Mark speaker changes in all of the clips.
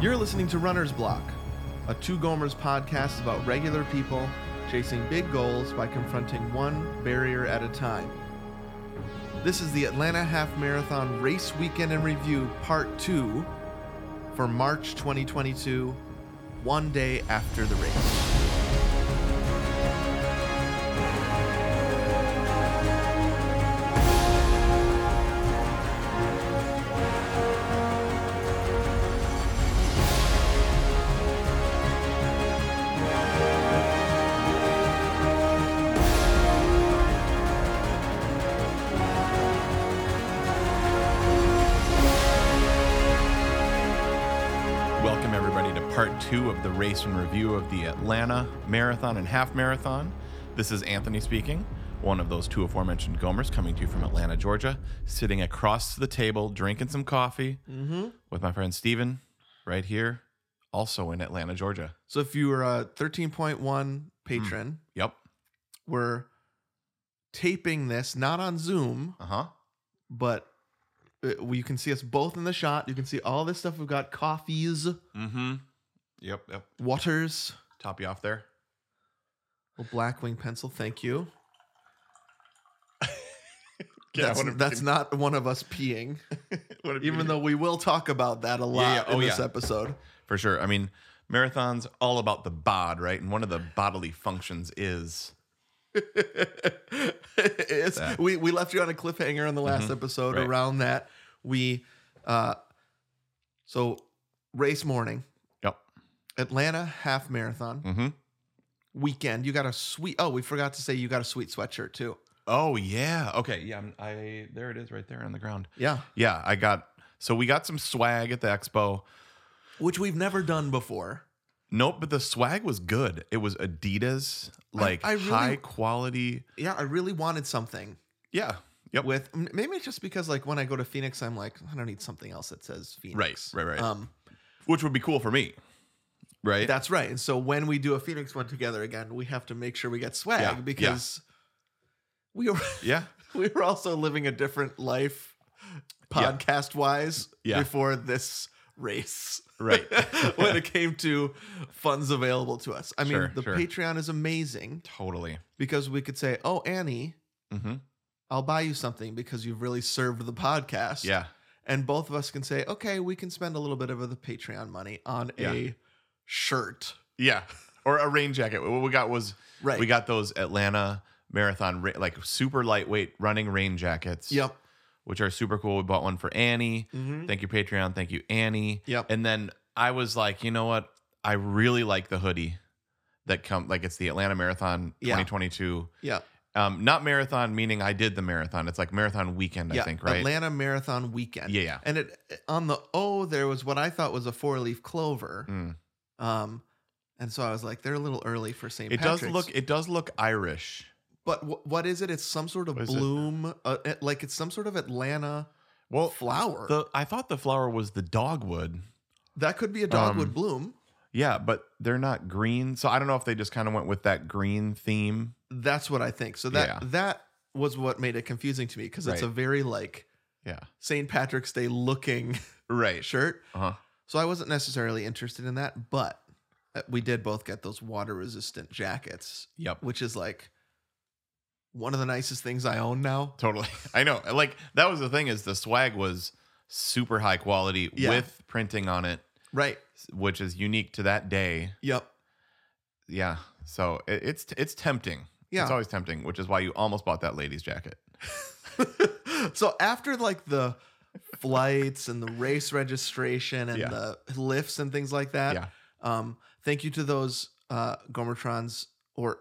Speaker 1: You're listening to Runner's Block, a Two Gomers podcast about regular people chasing big goals by confronting one barrier at a time. This is the Atlanta Half Marathon Race Weekend in Review Part 2 for March 2022, one day after the race.
Speaker 2: Welcome, everybody, to part two of the race and review of the Atlanta Marathon and Half Marathon. This is Anthony speaking, one of those two aforementioned Gomers coming to you from Atlanta, Georgia, sitting across the table, drinking some coffee with my friend Steven right here, also in Atlanta, Georgia.
Speaker 1: So if you are a 13.1 patron,
Speaker 2: Yep.
Speaker 1: we're taping this not on Zoom,
Speaker 2: Uh huh.
Speaker 1: but uh, you can see us both in the shot. You can see all this stuff. We've got coffees,
Speaker 2: Mm hmm. Yep. Yep.
Speaker 1: waters,
Speaker 2: Top you off there.
Speaker 1: a black wing pencil. Thank you.
Speaker 2: Yeah,
Speaker 1: that's, that's not one of us peeing, even though we will talk about that a lot
Speaker 2: Yeah, yeah. Oh,
Speaker 1: in this
Speaker 2: yeah.
Speaker 1: episode.
Speaker 2: For sure. I mean, marathons all about the bod, right? And one of the bodily functions is
Speaker 1: it's,
Speaker 2: That. Mm-hmm.
Speaker 1: we, we left you on a cliffhanger in the last episode
Speaker 2: right.
Speaker 1: around that. We, uh, so race morning,
Speaker 2: Yep.
Speaker 1: Atlanta half marathon
Speaker 2: Mm-hmm.
Speaker 1: weekend. You got a sweet, oh, we forgot to say you got a sweet sweatshirt too.
Speaker 2: Oh yeah. Okay. Yeah. I'm- I there it is right there on the ground.
Speaker 1: Yeah.
Speaker 2: Yeah. I got so we got some swag at the expo.
Speaker 1: Which we've never done before.
Speaker 2: Nope, but the swag was good. It was Adidas, like
Speaker 1: I really-
Speaker 2: high quality.
Speaker 1: Yeah. I really wanted something
Speaker 2: Yeah. Yep.
Speaker 1: with, m- maybe it's just because like when I go to Phoenix, I'm like, I don't need something else that says Phoenix.
Speaker 2: right, right.
Speaker 1: Um,
Speaker 2: Which would be cool for me. Right.
Speaker 1: That's right. And so when we do a Phoenix one together again, we have to make sure we get swag
Speaker 2: Yeah, yeah.
Speaker 1: because we were
Speaker 2: yeah.
Speaker 1: we were also living a different life podcast wise
Speaker 2: Yeah.
Speaker 1: before this race.
Speaker 2: Right.
Speaker 1: when it came to funds available to us. I mean,
Speaker 2: Sure,
Speaker 1: the
Speaker 2: sure.
Speaker 1: Patreon is amazing
Speaker 2: Totally.
Speaker 1: because we could say, "Oh, Annie,
Speaker 2: Mm-hmm.
Speaker 1: I'll buy you something because you've really served the podcast."
Speaker 2: Yeah.
Speaker 1: And both of us can say, "Okay, we can spend a little bit of the Patreon money on
Speaker 2: Yeah.
Speaker 1: a shirt."
Speaker 2: Yeah. Or a rain jacket. What we got was
Speaker 1: Right.
Speaker 2: we got those Atlanta marathon ra- like super lightweight running rain jackets.
Speaker 1: Yep.
Speaker 2: Which are super cool. We bought one for Annie.
Speaker 1: Mhm.
Speaker 2: Thank you, Patreon. Thank you, Annie.
Speaker 1: Yep.
Speaker 2: And then I was like, you know what? I really like the hoodie that come like it's the Atlanta Marathon
Speaker 1: Yeah.
Speaker 2: 2022.
Speaker 1: Yeah.
Speaker 2: Um, not marathon meaning I did the marathon. It's like marathon weekend, I think, right?
Speaker 1: Atlanta Marathon weekend.
Speaker 2: Yeah, yeah.
Speaker 1: And it on the O there was what I thought was a four leaf clover.
Speaker 2: Mm.
Speaker 1: Um, and so I was like, they're a little early for St.
Speaker 2: It
Speaker 1: Patrick's.
Speaker 2: does look it does look Irish.
Speaker 1: but w- what is it? It's some sort of
Speaker 2: What is it?
Speaker 1: bloom, uh, it- like it's some sort of Atlanta
Speaker 2: Well,
Speaker 1: flower.
Speaker 2: Oh, the I thought the flower was the dogwood.
Speaker 1: that could be a dogwood
Speaker 2: um,
Speaker 1: bloom.
Speaker 2: Yeah, but they're not green. So I don't know if they just kind of went with that green theme.
Speaker 1: That's what I think. So that
Speaker 2: Yeah.
Speaker 1: that was what made it confusing to me because it's
Speaker 2: Right.
Speaker 1: a very like
Speaker 2: Yeah.
Speaker 1: St. Patrick's Day looking
Speaker 2: Right.
Speaker 1: shirt.
Speaker 2: Uh-huh.
Speaker 1: So I wasn't necessarily interested in that, but uh, we did both get those water resistant jackets.
Speaker 2: Yep.
Speaker 1: which is like one of the nicest things I own now.
Speaker 2: Totally. I know. Like that was the thing is the swag was super high quality
Speaker 1: Yeah.
Speaker 2: with printing on it,
Speaker 1: Right.
Speaker 2: which is unique to that day.
Speaker 1: Yep.
Speaker 2: Yeah. So it, it's it's tempting.
Speaker 1: Yeah.
Speaker 2: It's always tempting, which is why you almost bought that lady's jacket.
Speaker 1: so after like the flights and the race registration and
Speaker 2: Yeah.
Speaker 1: the lifts and things like that,
Speaker 2: Yeah.
Speaker 1: um, thank you to those uh, Gomertrons or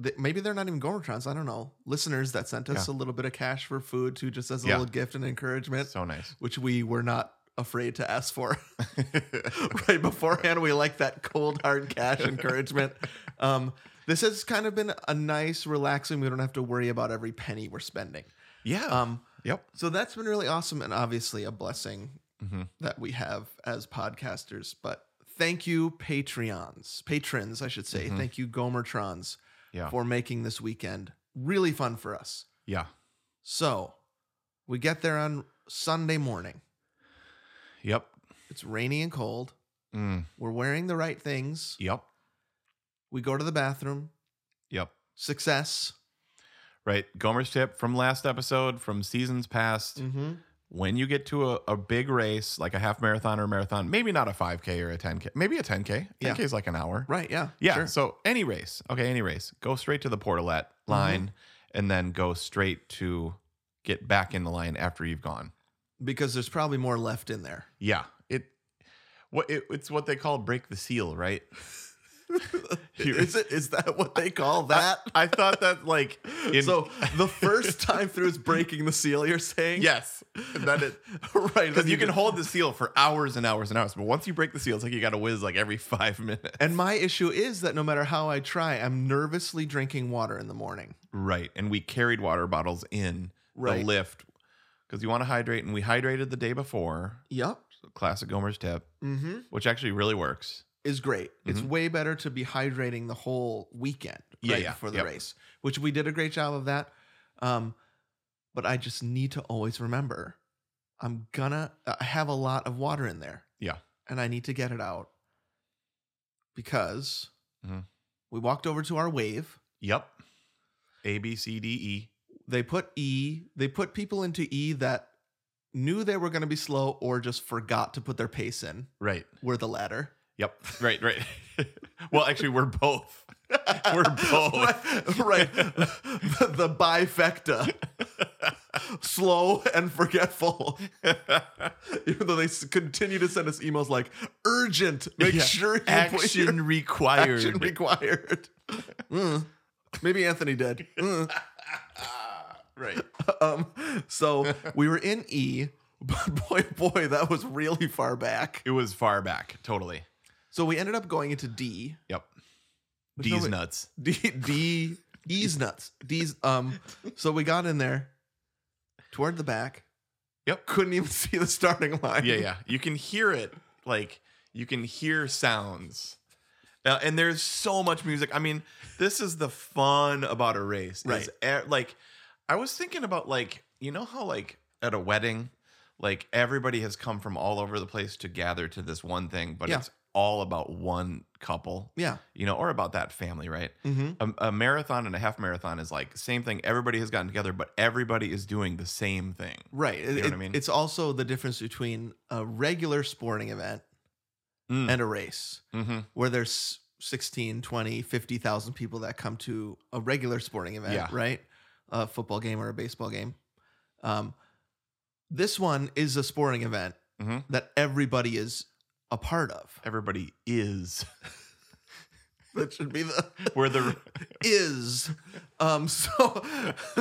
Speaker 1: th- maybe they're not even Gomertrons. I don't know. Listeners that sent us a little bit of cash for food too, just as a
Speaker 2: Yeah.
Speaker 1: little gift and encouragement,
Speaker 2: So nice.
Speaker 1: which we were not afraid to ask for. right beforehand. We like that cold hard cash encouragement. Um, this has kind of been a nice, relaxing. We don't have to worry about every penny we're spending.
Speaker 2: yeah.
Speaker 1: Um,
Speaker 2: yep.
Speaker 1: so that's been really awesome and obviously a blessing
Speaker 2: Mhm.
Speaker 1: that we have as podcasters. But thank you, Patreons, patrons, I should say.
Speaker 2: Mhm.
Speaker 1: Thank you, Gomertrons,
Speaker 2: Yeah.
Speaker 1: for making this weekend really fun for us.
Speaker 2: Yeah.
Speaker 1: So we get there on Sunday morning.
Speaker 2: Yep.
Speaker 1: It's rainy and cold.
Speaker 2: Mm.
Speaker 1: We're wearing the right things.
Speaker 2: Yep.
Speaker 1: We go to the bathroom.
Speaker 2: Yep.
Speaker 1: Success.
Speaker 2: Right. Gomer's tip from last episode, from seasons past.
Speaker 1: Mm-hmm.
Speaker 2: When you get to a, a big race, like a half marathon or a marathon, maybe not a 5K or a 10K, maybe a 10K. 10K
Speaker 1: Yeah.
Speaker 2: is like an hour.
Speaker 1: Right. Yeah.
Speaker 2: Yeah.
Speaker 1: Sure.
Speaker 2: So any race, okay, any race, go straight to the portalette
Speaker 1: Mm-hmm.
Speaker 2: line and then go straight to get back in the line after you've gone.
Speaker 1: Because there's probably more left in there.
Speaker 2: Yeah. It what it, it's what they call break the seal, right? You-
Speaker 1: Is it? Is that what they call that?
Speaker 2: I thought that like in-
Speaker 1: so the first time through is breaking the seal. You're saying?
Speaker 2: yes. That it
Speaker 1: right.
Speaker 2: because
Speaker 1: then
Speaker 2: you can
Speaker 1: just-
Speaker 2: hold the seal for hours and hours and hours, but once you break the seal, it's like you got to whiz like every five minutes.
Speaker 1: And my issue is that no matter how I try, I'm nervously drinking water in the morning.
Speaker 2: Right. And we carried water bottles in
Speaker 1: Right.
Speaker 2: the lift because you want to hydrate, and we hydrated the day before.
Speaker 1: Yep.
Speaker 2: Classic Gomer's tip,
Speaker 1: Mm-hmm.
Speaker 2: which actually really works.
Speaker 1: Is great. It's way better to be hydrating the whole weekend
Speaker 2: Mm-hmm. Yeah,
Speaker 1: right
Speaker 2: yeah,
Speaker 1: before the
Speaker 2: yep.
Speaker 1: race, which we did a great job of that. Um, but I just need to always remember I'm gonna I have a lot of water in there.
Speaker 2: Yeah.
Speaker 1: And I need to get it out because
Speaker 2: Mhm.
Speaker 1: we walked over to our wave.
Speaker 2: Yep. A B C D E.
Speaker 1: They put E, they put people into E that knew they were gonna be slow or just forgot to put their pace in.
Speaker 2: Right.
Speaker 1: We're the latter.
Speaker 2: Yep. Right. Right. well, actually, we're both. We're both.
Speaker 1: right. the, the bifecta. Slow and forgetful. Even though they s- continue to send us emails like urgent, make
Speaker 2: Yeah.
Speaker 1: sure you put your
Speaker 2: Action required.
Speaker 1: action required. Mm. Maybe Anthony did. Mm.
Speaker 2: right.
Speaker 1: Um, so we were in E, but boy, oh boy, that was really far back.
Speaker 2: It was far back. Totally.
Speaker 1: So we ended up going into D.
Speaker 2: Yep.
Speaker 1: There's no
Speaker 2: D's
Speaker 1: way-
Speaker 2: nuts.
Speaker 1: D D D's nuts. D's um so we got in there toward the back.
Speaker 2: Yep.
Speaker 1: Couldn't even see the starting line.
Speaker 2: Yeah. Yeah. You can hear it. Like you can hear sounds. Uh, and there's so much music. I mean, this is the fun about a race. is
Speaker 1: Right.
Speaker 2: e- like, I was thinking about like, you know how like at a wedding, like everybody has come from all over the place to gather to this one thing, but
Speaker 1: Yeah.
Speaker 2: it's all about one couple,
Speaker 1: Yeah.
Speaker 2: you know, or about that family, right?
Speaker 1: Mm-hmm.
Speaker 2: A, a marathon and a half marathon is like same thing. Everybody has gotten together, but everybody is doing the same thing.
Speaker 1: Right. It-
Speaker 2: know what I
Speaker 1: it-
Speaker 2: mean?
Speaker 1: It's also the difference between a regular sporting event
Speaker 2: Mm.
Speaker 1: and a race
Speaker 2: Mm-hmm.
Speaker 1: where there's 16, 20, 50,000 people that come to a regular sporting event,
Speaker 2: Yeah.
Speaker 1: right? A football game or a baseball game. Um, this one is a sporting event
Speaker 2: Mhm.
Speaker 1: that everybody is a part of.
Speaker 2: Everybody is.
Speaker 1: That should be the
Speaker 2: We're the
Speaker 1: is. Um, so,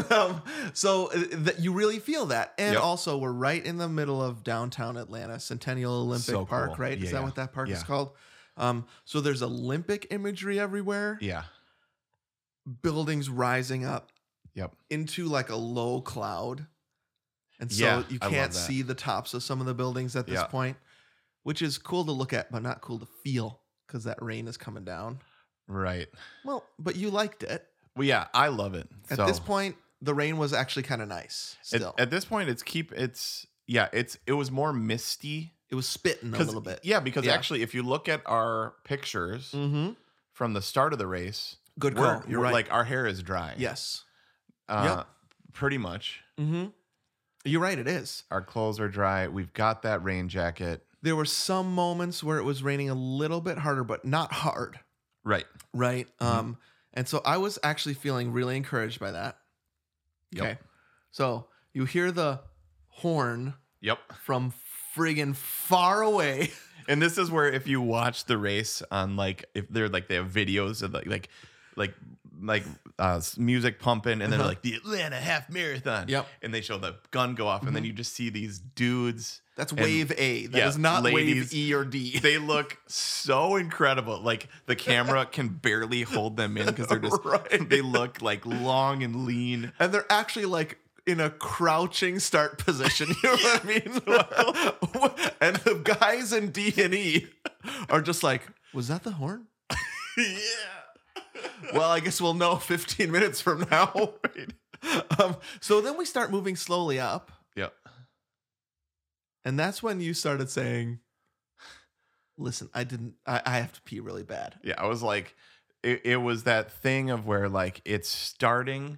Speaker 1: um, so uh, that you really feel that, and
Speaker 2: Yep.
Speaker 1: also we're right in the middle of downtown Atlanta, Centennial Olympic
Speaker 2: So
Speaker 1: Park,
Speaker 2: cool.
Speaker 1: right?
Speaker 2: Yeah,
Speaker 1: is that
Speaker 2: yeah.
Speaker 1: what that park is
Speaker 2: Yeah.
Speaker 1: called? Um, so there's Olympic imagery everywhere.
Speaker 2: yeah.
Speaker 1: Buildings rising up
Speaker 2: Yep.
Speaker 1: into like a low cloud, and so
Speaker 2: Yeah,
Speaker 1: you
Speaker 2: I love
Speaker 1: can't
Speaker 2: that.
Speaker 1: see the tops of some of the buildings at this
Speaker 2: Yeah.
Speaker 1: point, which is cool to look at, but not cool to feel because that rain is coming down.
Speaker 2: Right.
Speaker 1: Well, but you liked it.
Speaker 2: Well, yeah, I love it.
Speaker 1: At
Speaker 2: So,
Speaker 1: this point, the rain was actually kind of nice.
Speaker 2: at,
Speaker 1: Still,
Speaker 2: at this point, it's keep it's yeah, it's it was more misty
Speaker 1: it was spitting a little bit.
Speaker 2: Yeah, because
Speaker 1: Yeah.
Speaker 2: actually, if you look at our pictures
Speaker 1: Mm-hmm.
Speaker 2: from the start of the race,
Speaker 1: Good call.
Speaker 2: we're,
Speaker 1: You're
Speaker 2: we're-
Speaker 1: right.
Speaker 2: like our hair is dry.
Speaker 1: yes.
Speaker 2: Uh, Pretty much,
Speaker 1: Mm-hmm. You're right. It is.
Speaker 2: our clothes are dry. We've got that rain jacket.
Speaker 1: There were some moments where it was raining a little bit harder, but not hard.
Speaker 2: Right.
Speaker 1: Right. Um. And so I was actually feeling really encouraged by that.
Speaker 2: Yep.
Speaker 1: So you hear the horn
Speaker 2: Yep.
Speaker 1: from friggin' far away.
Speaker 2: And this is where if you watch the race on like if they're like they have videos of like like like like uh s- music pumping and then
Speaker 1: Uh-huh.
Speaker 2: like the Atlanta half marathon.
Speaker 1: Yep. Mm-hmm.
Speaker 2: And they show the gun go off and then you just see these dudes
Speaker 1: That's wave A. That is
Speaker 2: yeah,
Speaker 1: not wave
Speaker 2: ladies.
Speaker 1: E or D.
Speaker 2: they look so incredible. Like the camera can barely hold them in because they're just
Speaker 1: Right.
Speaker 2: they look like long and lean.
Speaker 1: and they're actually like in a crouching start position. You know what I mean? and the guys in D and E are just like, was that the horn?
Speaker 2: yeah.
Speaker 1: Well, I guess we'll know 15 minutes from now. um, so then we start moving slowly up,
Speaker 2: Yep.
Speaker 1: and that's when you started saying, Listen, I didn't. I, I have to pee really bad.
Speaker 2: Yeah, I was like, it, it was that thing of where like it's starting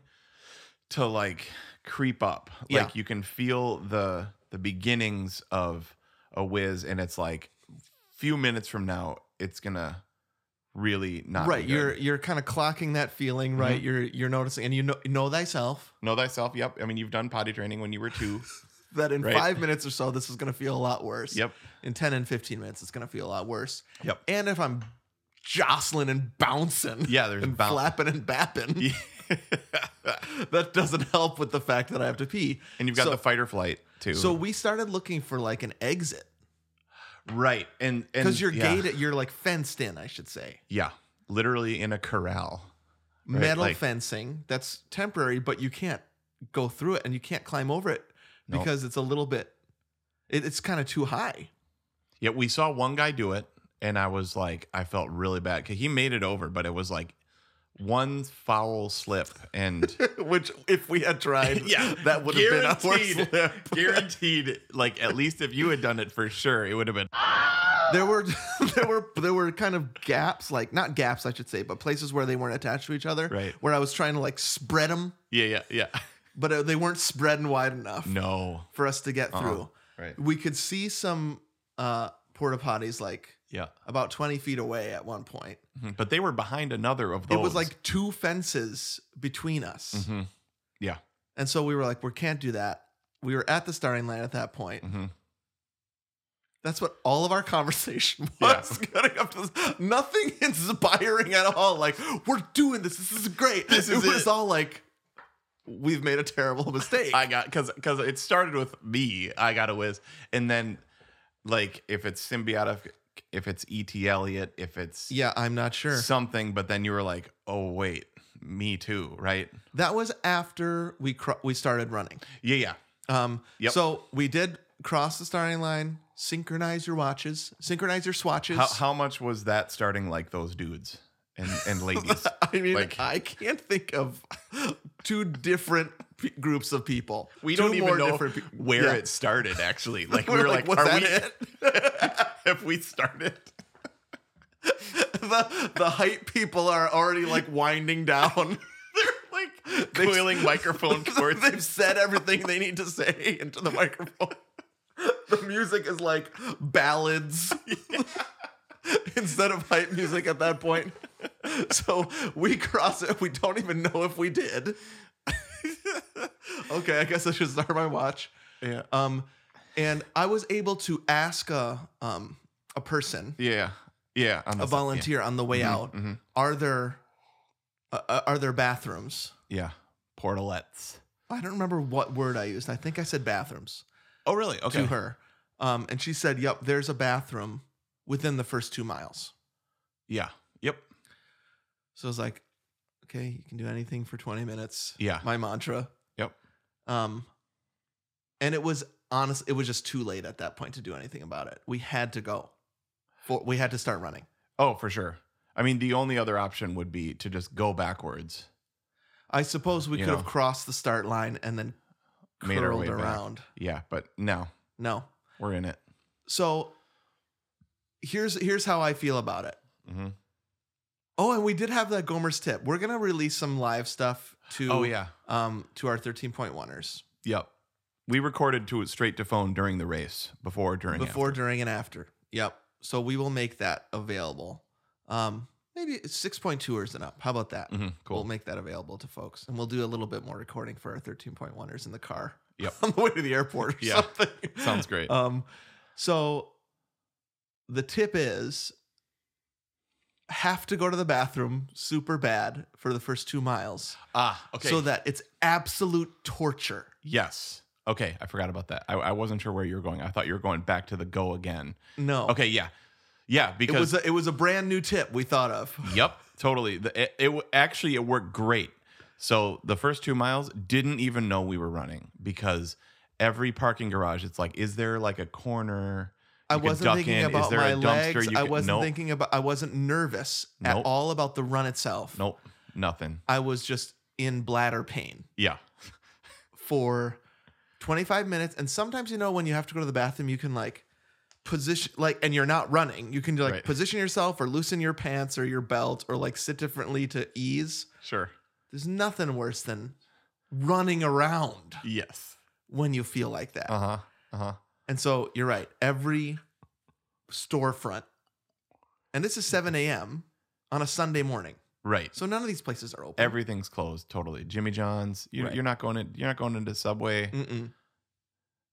Speaker 2: to like creep up.
Speaker 1: Yeah.
Speaker 2: Like you can feel the the beginnings of a whiz, and it's like few minutes from now, it's gonna really not. be
Speaker 1: right,
Speaker 2: good. Mm-hmm.
Speaker 1: you're you're kind of clocking that feeling. Right, you're you're noticing, and you know know thyself
Speaker 2: know thyself. Yep. I mean, you've done potty training when you were two.
Speaker 1: that in
Speaker 2: Right.
Speaker 1: five minutes or so, this is going to feel a lot worse.
Speaker 2: yep.
Speaker 1: In ten and fifteen minutes, it's going to feel a lot worse.
Speaker 2: Yep.
Speaker 1: And if I'm jostling and bouncing,
Speaker 2: Yeah. There's
Speaker 1: and
Speaker 2: bound-
Speaker 1: flapping and bapping,
Speaker 2: Yeah.
Speaker 1: that doesn't help with the fact that I have to pee.
Speaker 2: and you've got
Speaker 1: So-
Speaker 2: the fight or flight too.
Speaker 1: So we started looking for like an exit
Speaker 2: right, and and
Speaker 1: because you're
Speaker 2: yeah.
Speaker 1: gated, you're like fenced in, I should say.
Speaker 2: Yeah, literally in a corral. Right,
Speaker 1: metal
Speaker 2: like-
Speaker 1: fencing that's temporary, but you can't go through it and you can't climb over it
Speaker 2: Nope.
Speaker 1: because it's a little bit, it, it's kind of too high.
Speaker 2: Yet we saw one guy do it, and I was like, I felt really bad because he made it over, but it was like one foul slip, and
Speaker 1: Which, if we had tried, that would have been our
Speaker 2: Guaranteed-
Speaker 1: slip.
Speaker 2: guaranteed. Like at least if you had done it for sure, it would have been
Speaker 1: There were there were there were kind of gaps, like not gaps, I should say, but places where they weren't attached to each other.
Speaker 2: Right.
Speaker 1: Where I was trying to like spread them,
Speaker 2: yeah, yeah, yeah.
Speaker 1: but uh, they weren't spreading wide enough
Speaker 2: No,
Speaker 1: for us to get
Speaker 2: Uh-uh.
Speaker 1: through.
Speaker 2: right,
Speaker 1: We could see some uh, porta potties like
Speaker 2: yeah.
Speaker 1: about twenty feet away at one point.
Speaker 2: Mhm. But they were behind another of those.
Speaker 1: It was like two fences between us.
Speaker 2: Mhm.
Speaker 1: And so we were like, we can't do that. We were at the starting line at that point.
Speaker 2: Mhm.
Speaker 1: That's what all of our conversation
Speaker 2: Yeah.
Speaker 1: was getting up to this. Nothing inspiring at all. Like, we're doing this. This is great.
Speaker 2: This is
Speaker 1: it was
Speaker 2: it.
Speaker 1: all like, we've made a terrible mistake.
Speaker 2: I got because because it started with me. I got a whiz, and then like if it's symbiotic, if it's ET Elliot, if it's
Speaker 1: yeah, I'm not sure.
Speaker 2: something, but then you were like, oh wait, me too, right?
Speaker 1: that was after we cro- we started running.
Speaker 2: Yeah, yeah,
Speaker 1: Um,
Speaker 2: Yep.
Speaker 1: So we did cross the starting line. Synchronize your watches. Synchronize your swatches.
Speaker 2: How, how much was that starting like those dudes and, and ladies?
Speaker 1: I mean,
Speaker 2: Like-
Speaker 1: I can't think of two different p- groups of people.
Speaker 2: We
Speaker 1: Two
Speaker 2: don't even
Speaker 1: more
Speaker 2: know
Speaker 1: different pe-
Speaker 2: where
Speaker 1: Yeah.
Speaker 2: it started actually. Like we
Speaker 1: We're
Speaker 2: were like,
Speaker 1: like, "Was
Speaker 2: are
Speaker 1: that
Speaker 2: we it? if we started?
Speaker 1: the the hype people are already like winding down.
Speaker 2: They're like coiling microphone cords.
Speaker 1: They've said everything they need to say into the microphone. The music is like ballads instead of hype music at that point. So we cross it. We don't even know if we did. okay, I guess I should start my watch.
Speaker 2: Yeah.
Speaker 1: Um, and I was able to ask a um a person,
Speaker 2: Yeah. Yeah. on the
Speaker 1: a
Speaker 2: side,
Speaker 1: volunteer on the way
Speaker 2: Yeah.
Speaker 1: out,
Speaker 2: Mhm, mhm.
Speaker 1: are there uh, uh, are there bathrooms?
Speaker 2: Yeah. Portalettes.
Speaker 1: I don't remember what word I used. I think I said bathrooms
Speaker 2: Oh really? Okay.
Speaker 1: to her. Um, and she said, "Yep, there's a bathroom within the first two miles."
Speaker 2: Yeah. Yep.
Speaker 1: So I was like, "Okay, you can do anything for 20 minutes."
Speaker 2: Yeah.
Speaker 1: My mantra.
Speaker 2: Yep.
Speaker 1: Um, and it was honest. It was just too late at that point to do anything about it. We had to go. For, we had to start running.
Speaker 2: Oh, for sure. I mean, the only other option would be to just go backwards.
Speaker 1: I suppose we
Speaker 2: You
Speaker 1: could have
Speaker 2: know.
Speaker 1: crossed the start line and then
Speaker 2: Made our
Speaker 1: curled
Speaker 2: way back.
Speaker 1: around.
Speaker 2: Yeah, but no,
Speaker 1: No.
Speaker 2: we're in it.
Speaker 1: So here's here's how I feel about it.
Speaker 2: hmm
Speaker 1: Oh, and we did have that Gomer's tip. We're gonna release some live stuff to
Speaker 2: Oh yeah.
Speaker 1: um to our 13.1ers
Speaker 2: Yep. We recorded to straight to phone during the race, before, during,
Speaker 1: before,
Speaker 2: after.
Speaker 1: during, and after. Yep. So we will make that available. Um maybe 6.2ers and up. How about that?
Speaker 2: Mhm, cool.
Speaker 1: We'll make that available to folks. And we'll do a little bit more recording for our 13.1ers in the car.
Speaker 2: Yep.
Speaker 1: On the way to the airport or
Speaker 2: Yeah.
Speaker 1: something.
Speaker 2: Sounds great.
Speaker 1: Um, so the tip is have to go to the bathroom super bad for the first two miles
Speaker 2: ah, okay.
Speaker 1: so that it's absolute torture.
Speaker 2: yes. Okay, I forgot about that. I, I wasn't sure where you were going. I thought you were going back to the go again.
Speaker 1: No.
Speaker 2: Okay, yeah, yeah.
Speaker 1: It was
Speaker 2: Because
Speaker 1: a, it was a brand new tip we thought of.
Speaker 2: yep, totally. The, it, it w- actually it worked great. So the first two miles didn't even know we were running because every parking garage, it's like, is there like a corner?
Speaker 1: I
Speaker 2: You can
Speaker 1: wasn't
Speaker 2: duck
Speaker 1: thinking
Speaker 2: in. Is
Speaker 1: about
Speaker 2: there a
Speaker 1: my
Speaker 2: dumpster
Speaker 1: legs.
Speaker 2: you
Speaker 1: I
Speaker 2: can-
Speaker 1: wasn't
Speaker 2: Nope.
Speaker 1: thinking about I wasn't nervous at
Speaker 2: Nope.
Speaker 1: all about the run itself.
Speaker 2: Nope, nothing.
Speaker 1: I was just in bladder pain
Speaker 2: Yeah,
Speaker 1: for 25 minutes and sometimes you know when you have to go to the bathroom you can like position like and you're not running you can like
Speaker 2: Right.
Speaker 1: position yourself or loosen your pants or your belt or like sit differently to ease
Speaker 2: Sure.
Speaker 1: there's nothing worse than running around
Speaker 2: Yes.
Speaker 1: when you feel like that
Speaker 2: Uh huh. Uh huh.
Speaker 1: and so you're right every storefront and this is 7 a.m on a sunday morning
Speaker 2: Right.
Speaker 1: so none of these places are open
Speaker 2: Everything's closed. Totally. Jimmy John's. You,
Speaker 1: Right. Mm.
Speaker 2: You're not going. In, you're not going into Subway.
Speaker 1: Mm-mm. N-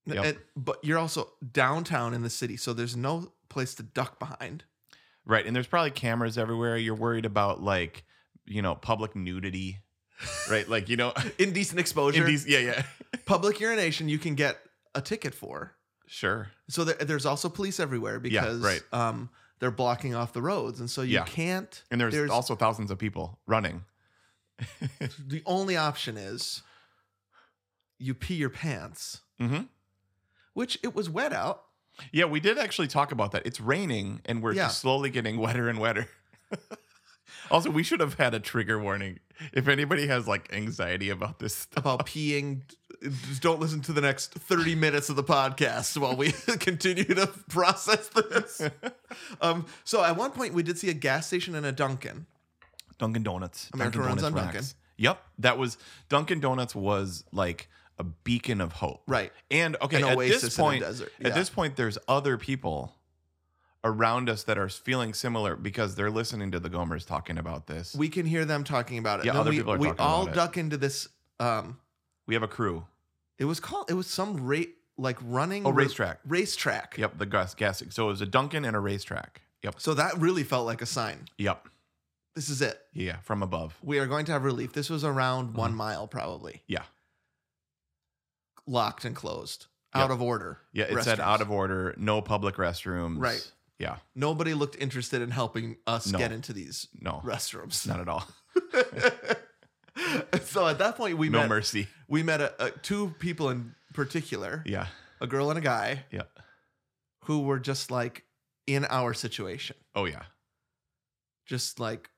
Speaker 2: Yep.
Speaker 1: and- but you're also downtown in the city, so there's no place to duck behind.
Speaker 2: Right. And there's probably cameras everywhere. You're worried about like, you know, public nudity. Right. Like you know,
Speaker 1: Indecent exposure,
Speaker 2: indies- yeah, yeah.
Speaker 1: public urination, you can get a ticket for.
Speaker 2: Sure.
Speaker 1: So there, there's also police everywhere because
Speaker 2: right.
Speaker 1: um, they're blocking off the roads, and so you
Speaker 2: Yeah.
Speaker 1: can't.
Speaker 2: And there's,
Speaker 1: There's-
Speaker 2: also thousands of people running.
Speaker 1: The only option is you pee your pants,
Speaker 2: Mm-hmm.
Speaker 1: which it was wet out.
Speaker 2: Yeah, we did actually talk about that. It's raining, and we're
Speaker 1: Yeah.
Speaker 2: just slowly getting wetter and wetter. also, we should have had a trigger warning. If anybody has like anxiety about this stuff,
Speaker 1: about peeing. Just don't listen to the next 30 minutes of the podcast while we continue to process this. Um, so at one point, we did see a gas station and a Dunkin'.
Speaker 2: Dunkin' Donuts.
Speaker 1: America runs on
Speaker 2: rocks. Yep, that was Dunkin' Donuts was like a beacon of hope.
Speaker 1: Right.
Speaker 2: And okay,
Speaker 1: An
Speaker 2: at
Speaker 1: oasis
Speaker 2: this
Speaker 1: in
Speaker 2: point,
Speaker 1: the desert.
Speaker 2: At this point, there's other people around us that are feeling similar because they're listening to the Gomers talking about this. We,
Speaker 1: we can hear them talking about it.
Speaker 2: Yeah,
Speaker 1: And then
Speaker 2: other
Speaker 1: we,
Speaker 2: people are
Speaker 1: we
Speaker 2: talking
Speaker 1: all
Speaker 2: about it.
Speaker 1: duck into this. Um,
Speaker 2: have a crew.
Speaker 1: it was called, it was some rate, like running.
Speaker 2: Oh,
Speaker 1: ra-
Speaker 2: racetrack.
Speaker 1: racetrack.
Speaker 2: Yep, the gas gas. So it was a Dunkin' and a racetrack. Yep,
Speaker 1: So that really felt like a sign.
Speaker 2: yep,
Speaker 1: This is it.
Speaker 2: yeah, from above.
Speaker 1: We are going to have relief. This was around one mile, probably.
Speaker 2: Uh-huh. Yeah.
Speaker 1: Locked and closed,
Speaker 2: Yeah.
Speaker 1: out of order.
Speaker 2: Yeah, it said
Speaker 1: Restaurants.
Speaker 2: out of order, no public restrooms.
Speaker 1: Right.
Speaker 2: Yeah,
Speaker 1: nobody looked interested in helping us
Speaker 2: No.
Speaker 1: get into these
Speaker 2: no,
Speaker 1: restrooms.
Speaker 2: not at all.
Speaker 1: so at that point, we
Speaker 2: no
Speaker 1: met
Speaker 2: mercy.
Speaker 1: we met a, a, two people in particular,
Speaker 2: Yeah,
Speaker 1: a girl and a guy,
Speaker 2: yeah.
Speaker 1: who were just like in our situation,
Speaker 2: Oh yeah.
Speaker 1: just like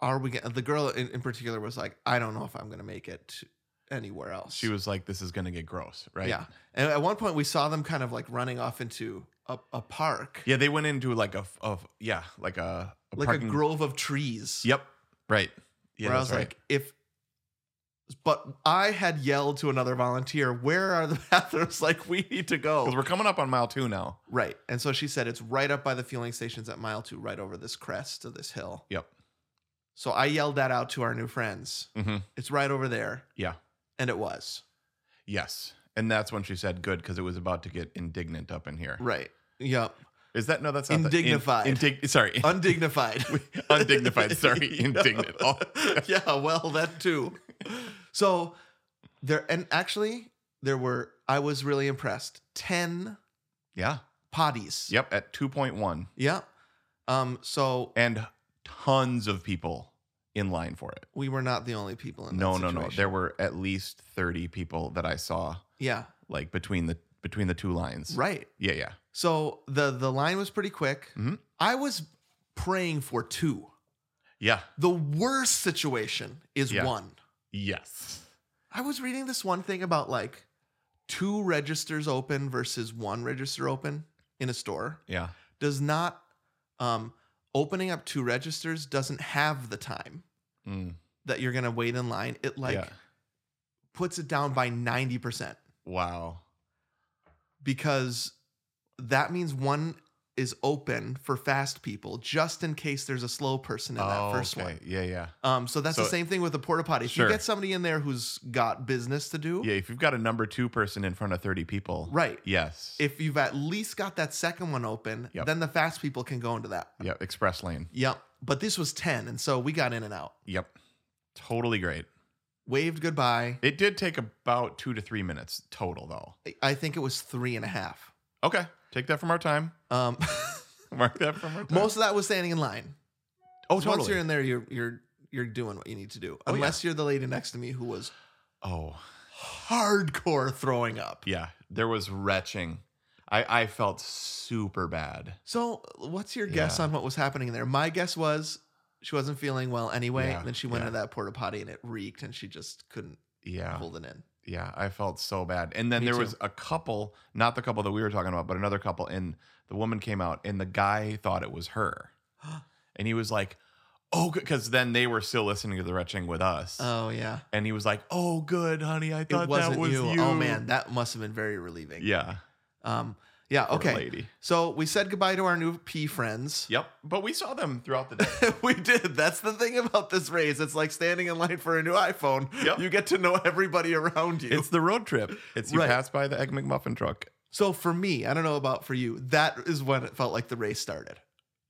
Speaker 1: are we? Gonna, the girl in, in particular was like, I don't know if I'm gonna make it anywhere else.
Speaker 2: She was like, "This is gonna get gross," right?
Speaker 1: yeah. And at one point, we saw them kind of like running off into a, a park,
Speaker 2: Yeah, they went into like a, f- of yeah, like a, a
Speaker 1: like
Speaker 2: parking-
Speaker 1: a grove of trees.
Speaker 2: Yep. Right. Yeah.
Speaker 1: where I
Speaker 2: that's
Speaker 1: was
Speaker 2: right.
Speaker 1: like, if, but I had yelled to another volunteer, where are the bathrooms? Like, we need to
Speaker 2: because
Speaker 1: go.
Speaker 2: we're coming up on mile two now.
Speaker 1: Right. And so she said, it's right up by the fueling stations at mile two, right over this crest of this hill.
Speaker 2: Yep.
Speaker 1: So I yelled that out to our new friends.
Speaker 2: Mm-hmm.
Speaker 1: It's right over there.
Speaker 2: Yeah.
Speaker 1: And it was.
Speaker 2: Yes. And that's when she said good because it was about to get indignant up in here. Is
Speaker 1: Right. Yep.
Speaker 2: that no? That's not the-
Speaker 1: Indignified.
Speaker 2: in, indig, sorry,
Speaker 1: Undignified.
Speaker 2: undignified. Sorry, indignant. Oh,
Speaker 1: yeah, well, that too. So there, and actually, there were, I was really impressed, 10
Speaker 2: yeah.
Speaker 1: potties.
Speaker 2: Yep. At two point one,
Speaker 1: Yeah. Um, so
Speaker 2: and tons of people in line for it.
Speaker 1: we were not the only people in that
Speaker 2: No, no, no.
Speaker 1: situation.
Speaker 2: There were at least thirty people that I saw
Speaker 1: yeah,
Speaker 2: like between the between the two lines.
Speaker 1: right.
Speaker 2: Yeah. Yeah.
Speaker 1: So the the line was pretty quick.
Speaker 2: Mhm.
Speaker 1: I was praying for two.
Speaker 2: Yeah.
Speaker 1: The worst situation is
Speaker 2: Yeah.
Speaker 1: one.
Speaker 2: Yes.
Speaker 1: I was reading this one thing about like two registers open versus one register open in a store
Speaker 2: Yeah.
Speaker 1: does not um opening up two registers doesn't have the time
Speaker 2: Mm.
Speaker 1: that you're gonna wait in line. It like
Speaker 2: Yeah.
Speaker 1: puts it down by 90%.
Speaker 2: Wow.
Speaker 1: because that means one is open for fast people just in case there's a slow person in that first one.
Speaker 2: Oh, Yeah. Yeah.
Speaker 1: Um, so that's the
Speaker 2: So-
Speaker 1: same thing with the porta potty. If
Speaker 2: Sure.
Speaker 1: you get somebody in there who's got business to do,
Speaker 2: Yeah, if you've got a number two person in front of 30 people.
Speaker 1: right.
Speaker 2: Yes.
Speaker 1: If you've at least got that second one open,
Speaker 2: Yep.
Speaker 1: then the fast people can go into that.
Speaker 2: yeah, express lane.
Speaker 1: Yep. But this was 10, and so we got in and out.
Speaker 2: Yep. Totally great.
Speaker 1: Waved goodbye.
Speaker 2: It did take about two to three minutes total, though.
Speaker 1: I think it was three and a half.
Speaker 2: Okay. Take that from our time.
Speaker 1: Um,
Speaker 2: Mark that from our time.
Speaker 1: most of that was standing in line.
Speaker 2: oh,
Speaker 1: Once you're in there, you're you're you're doing what you need to do.
Speaker 2: yeah.
Speaker 1: Unless you're the lady next to me who was
Speaker 2: oh,
Speaker 1: hardcore throwing up.
Speaker 2: yeah. There was retching. I, I felt super bad.
Speaker 1: So, what's your guess
Speaker 2: Yeah.
Speaker 1: on what was happening there? My guess was she wasn't feeling well anyway.
Speaker 2: Yeah,
Speaker 1: and then she went
Speaker 2: yeah.
Speaker 1: into that porta potty and it reeked, and she just couldn't
Speaker 2: Yeah.
Speaker 1: hold it in.
Speaker 2: Yeah, I felt so bad. And then
Speaker 1: Me
Speaker 2: there
Speaker 1: too.
Speaker 2: was a couple, not the couple that we were talking about, but another couple, and the woman came out, and the guy thought it was her. and he was like, Oh, because then they were still listening to the retching with us.
Speaker 1: Oh yeah,
Speaker 2: and he was like, Oh, good, honey. I thought
Speaker 1: it wasn't
Speaker 2: that was
Speaker 1: you.
Speaker 2: you.
Speaker 1: Oh man, that must have been very relieving.
Speaker 2: Yeah.
Speaker 1: Um. Yeah.
Speaker 2: poor
Speaker 1: Okay.
Speaker 2: Lady.
Speaker 1: So we said goodbye to our new P friends.
Speaker 2: Yep. But we saw them throughout the day.
Speaker 1: we did. That's the thing about this race. It's like standing in line for a new iPhone.
Speaker 2: Yep.
Speaker 1: You get to know everybody around you.
Speaker 2: it's the road trip. It's you
Speaker 1: Right.
Speaker 2: pass by the Egg McMuffin truck.
Speaker 1: so for me, I don't know about for you. That is when it felt like the race started.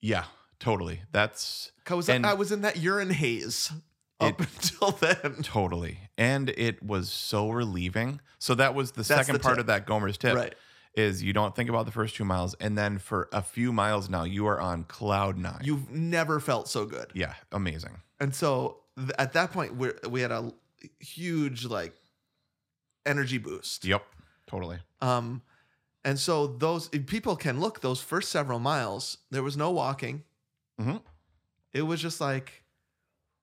Speaker 2: Yeah, totally. That's
Speaker 1: Cause
Speaker 2: And-
Speaker 1: I was in that urine haze up until then.
Speaker 2: Totally. And it was so relieving. So that was the second
Speaker 1: the
Speaker 2: part
Speaker 1: tip.
Speaker 2: of that Gomer's tip
Speaker 1: Right.
Speaker 2: is you don't think about the first two miles. And then for a few miles now, you are on cloud nine.
Speaker 1: You've never felt so good.
Speaker 2: yeah, amazing.
Speaker 1: And so th- at that point, we we had a huge like energy boost.
Speaker 2: Yep, totally.
Speaker 1: Um, and so those if people can look those first several miles. There was no walking.
Speaker 2: Mhm.
Speaker 1: It was just like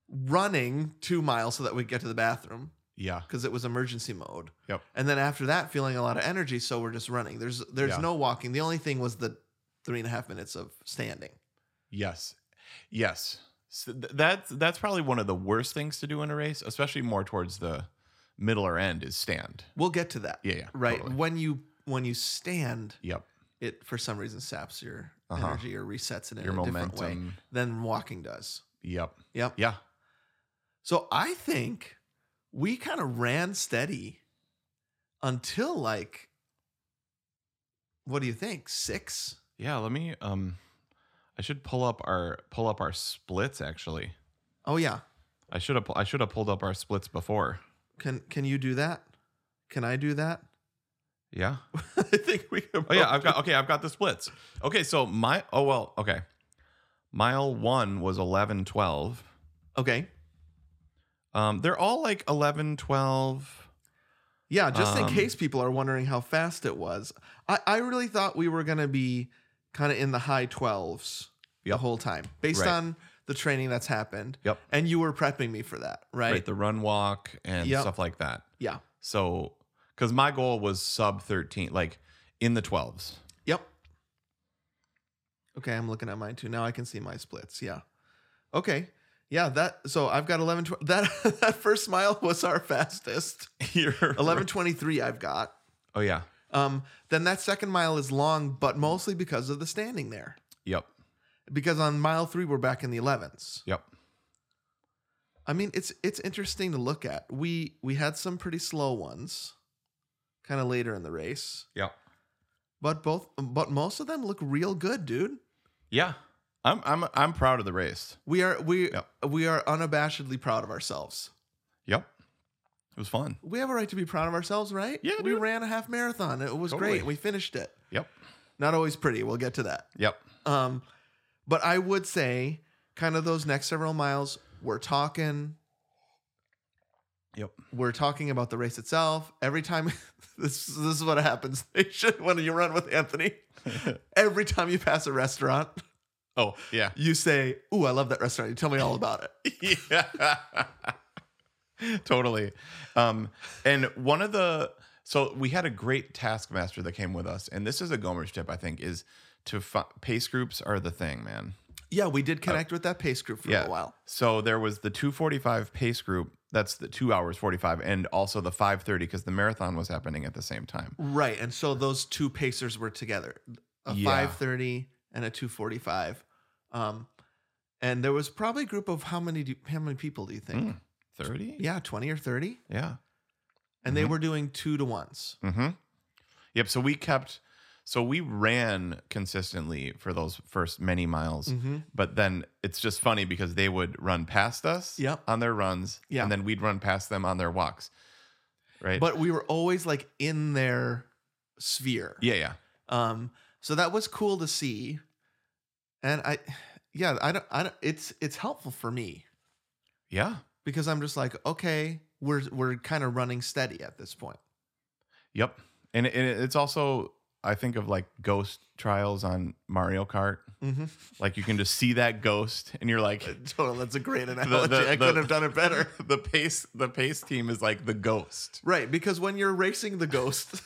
Speaker 1: running two miles so that we'd get to the bathroom
Speaker 2: Yeah,
Speaker 1: because it was emergency mode.
Speaker 2: Yep.
Speaker 1: And then after that, feeling a lot of energy, so we're just running. There's there's
Speaker 2: Yeah.
Speaker 1: no walking. The only thing was the three and a half minutes of standing.
Speaker 2: yes, yes. So th- that's that's probably one of the worst things to do in a race, especially more towards the middle or end is stand.
Speaker 1: We'll get to that.
Speaker 2: Yeah, yeah,
Speaker 1: Right
Speaker 2: totally.
Speaker 1: when you when you stand,
Speaker 2: Yep,
Speaker 1: it for some reason saps your
Speaker 2: Uh-huh.
Speaker 1: energy or resets it in
Speaker 2: your
Speaker 1: a different way
Speaker 2: momentum.
Speaker 1: than walking does.
Speaker 2: Yep,
Speaker 1: Yep.
Speaker 2: yeah.
Speaker 1: So I think we kind of ran steady until like, what do you think? Six?
Speaker 2: Yeah, let me um I should pull up our pull up our splits actually.
Speaker 1: Oh yeah.
Speaker 2: I should have I should have pulled up our splits before.
Speaker 1: Can can you do that? Can I do that?
Speaker 2: Yeah.
Speaker 1: I think we can.
Speaker 2: Oh yeah, I've got okay, I've got the splits. Okay, so my oh well, okay. Mile 1 was 11 12.
Speaker 1: Okay.
Speaker 2: Um they're all like 11 12.
Speaker 1: Yeah, just in
Speaker 2: Um,
Speaker 1: case people are wondering how fast it was, I, I really thought we were going to be kind of in the high 12s the
Speaker 2: Yep.
Speaker 1: whole time based
Speaker 2: Right.
Speaker 1: on the training that's happened.
Speaker 2: Yep.
Speaker 1: And you were prepping me for that, right?
Speaker 2: Right, the run walk and
Speaker 1: Yep.
Speaker 2: stuff like that.
Speaker 1: yeah.
Speaker 2: So cuz my goal was sub 13 like in the 12s.
Speaker 1: Yep. Okay, I'm looking at mine too. Now I can see my splits. Yeah. Okay. Yeah, that so I've got 11 tw- that that first mile was our fastest.
Speaker 2: You're
Speaker 1: 11:23 I've got.
Speaker 2: Oh yeah.
Speaker 1: Um then that second mile is long but mostly because of the standing there.
Speaker 2: Yep.
Speaker 1: Because on mile 3 we're back in the 11s.
Speaker 2: Yep.
Speaker 1: I mean, it's it's interesting to look at. We we had some pretty slow ones kind of later in the race,
Speaker 2: Yep.
Speaker 1: but both but most of them look real good, dude.
Speaker 2: Yeah. I'm I'm I'm proud of the race.
Speaker 1: We are we
Speaker 2: Yep.
Speaker 1: we are unabashedly proud of ourselves.
Speaker 2: Yep. It was fun.
Speaker 1: We have a right to be proud of ourselves, right?
Speaker 2: Yeah,
Speaker 1: we
Speaker 2: dude.
Speaker 1: ran a half marathon. It was
Speaker 2: Totally.
Speaker 1: great. We finished it.
Speaker 2: Yep.
Speaker 1: Not always pretty. We'll get to that.
Speaker 2: Yep.
Speaker 1: Um, but I would say, kind of those next several miles, we're talking.
Speaker 2: Yep.
Speaker 1: We're talking about the race itself. Every time, this this is what happens. They should when you run with Anthony. Every time you pass a restaurant,
Speaker 2: Oh, yeah.
Speaker 1: you say, "Ooh, I love that restaurant." You tell me all about it.
Speaker 2: yeah. totally. Um, and one of the so we had a great taskmaster that came with us, and this is a Gomer's tip, I think, is to fi- pace groups are the thing, man.
Speaker 1: Yeah, we did connect with that pace group for
Speaker 2: yeah.
Speaker 1: a while.
Speaker 2: So there was the 245 pace group. That's the two hours 45, and also the 530 because the marathon was happening at the same time.
Speaker 1: Right. And so those two pacers were together. A
Speaker 2: Yeah.
Speaker 1: 530 and a 245. Um and there was probably a group of how many do, how many people do you think?
Speaker 2: Mm, 30?
Speaker 1: Hmm. Yeah, 20 or 30.
Speaker 2: Yeah.
Speaker 1: And they
Speaker 2: Mhm.
Speaker 1: were doing 2 to ones.
Speaker 2: Mm-hmm. Yep. So we kept, so we ran consistently for those first many miles.
Speaker 1: Mhm.
Speaker 2: But then it's just funny because they would run past us
Speaker 1: Yep.
Speaker 2: on their runs.
Speaker 1: Yeah.
Speaker 2: And then we'd run past them on their walks. Right.
Speaker 1: But we were always like in their sphere.
Speaker 2: yeah, yeah.
Speaker 1: Um so that was cool to see. And I yeah, I don't I don't it's it's helpful for me
Speaker 2: Yeah.
Speaker 1: because I'm just like, okay, we're we're kind of running steady at this point.
Speaker 2: Yep. And, it- and it's also, I think of like ghost trials on Mario Kart.
Speaker 1: Mhm.
Speaker 2: Like you can just see that ghost, and you're like,
Speaker 1: Totally, that's a great analogy.
Speaker 2: the-
Speaker 1: I couldn't
Speaker 2: the-
Speaker 1: have done it better.
Speaker 2: the pace, the pace team is like the ghost.
Speaker 1: Right, because when you're racing the ghost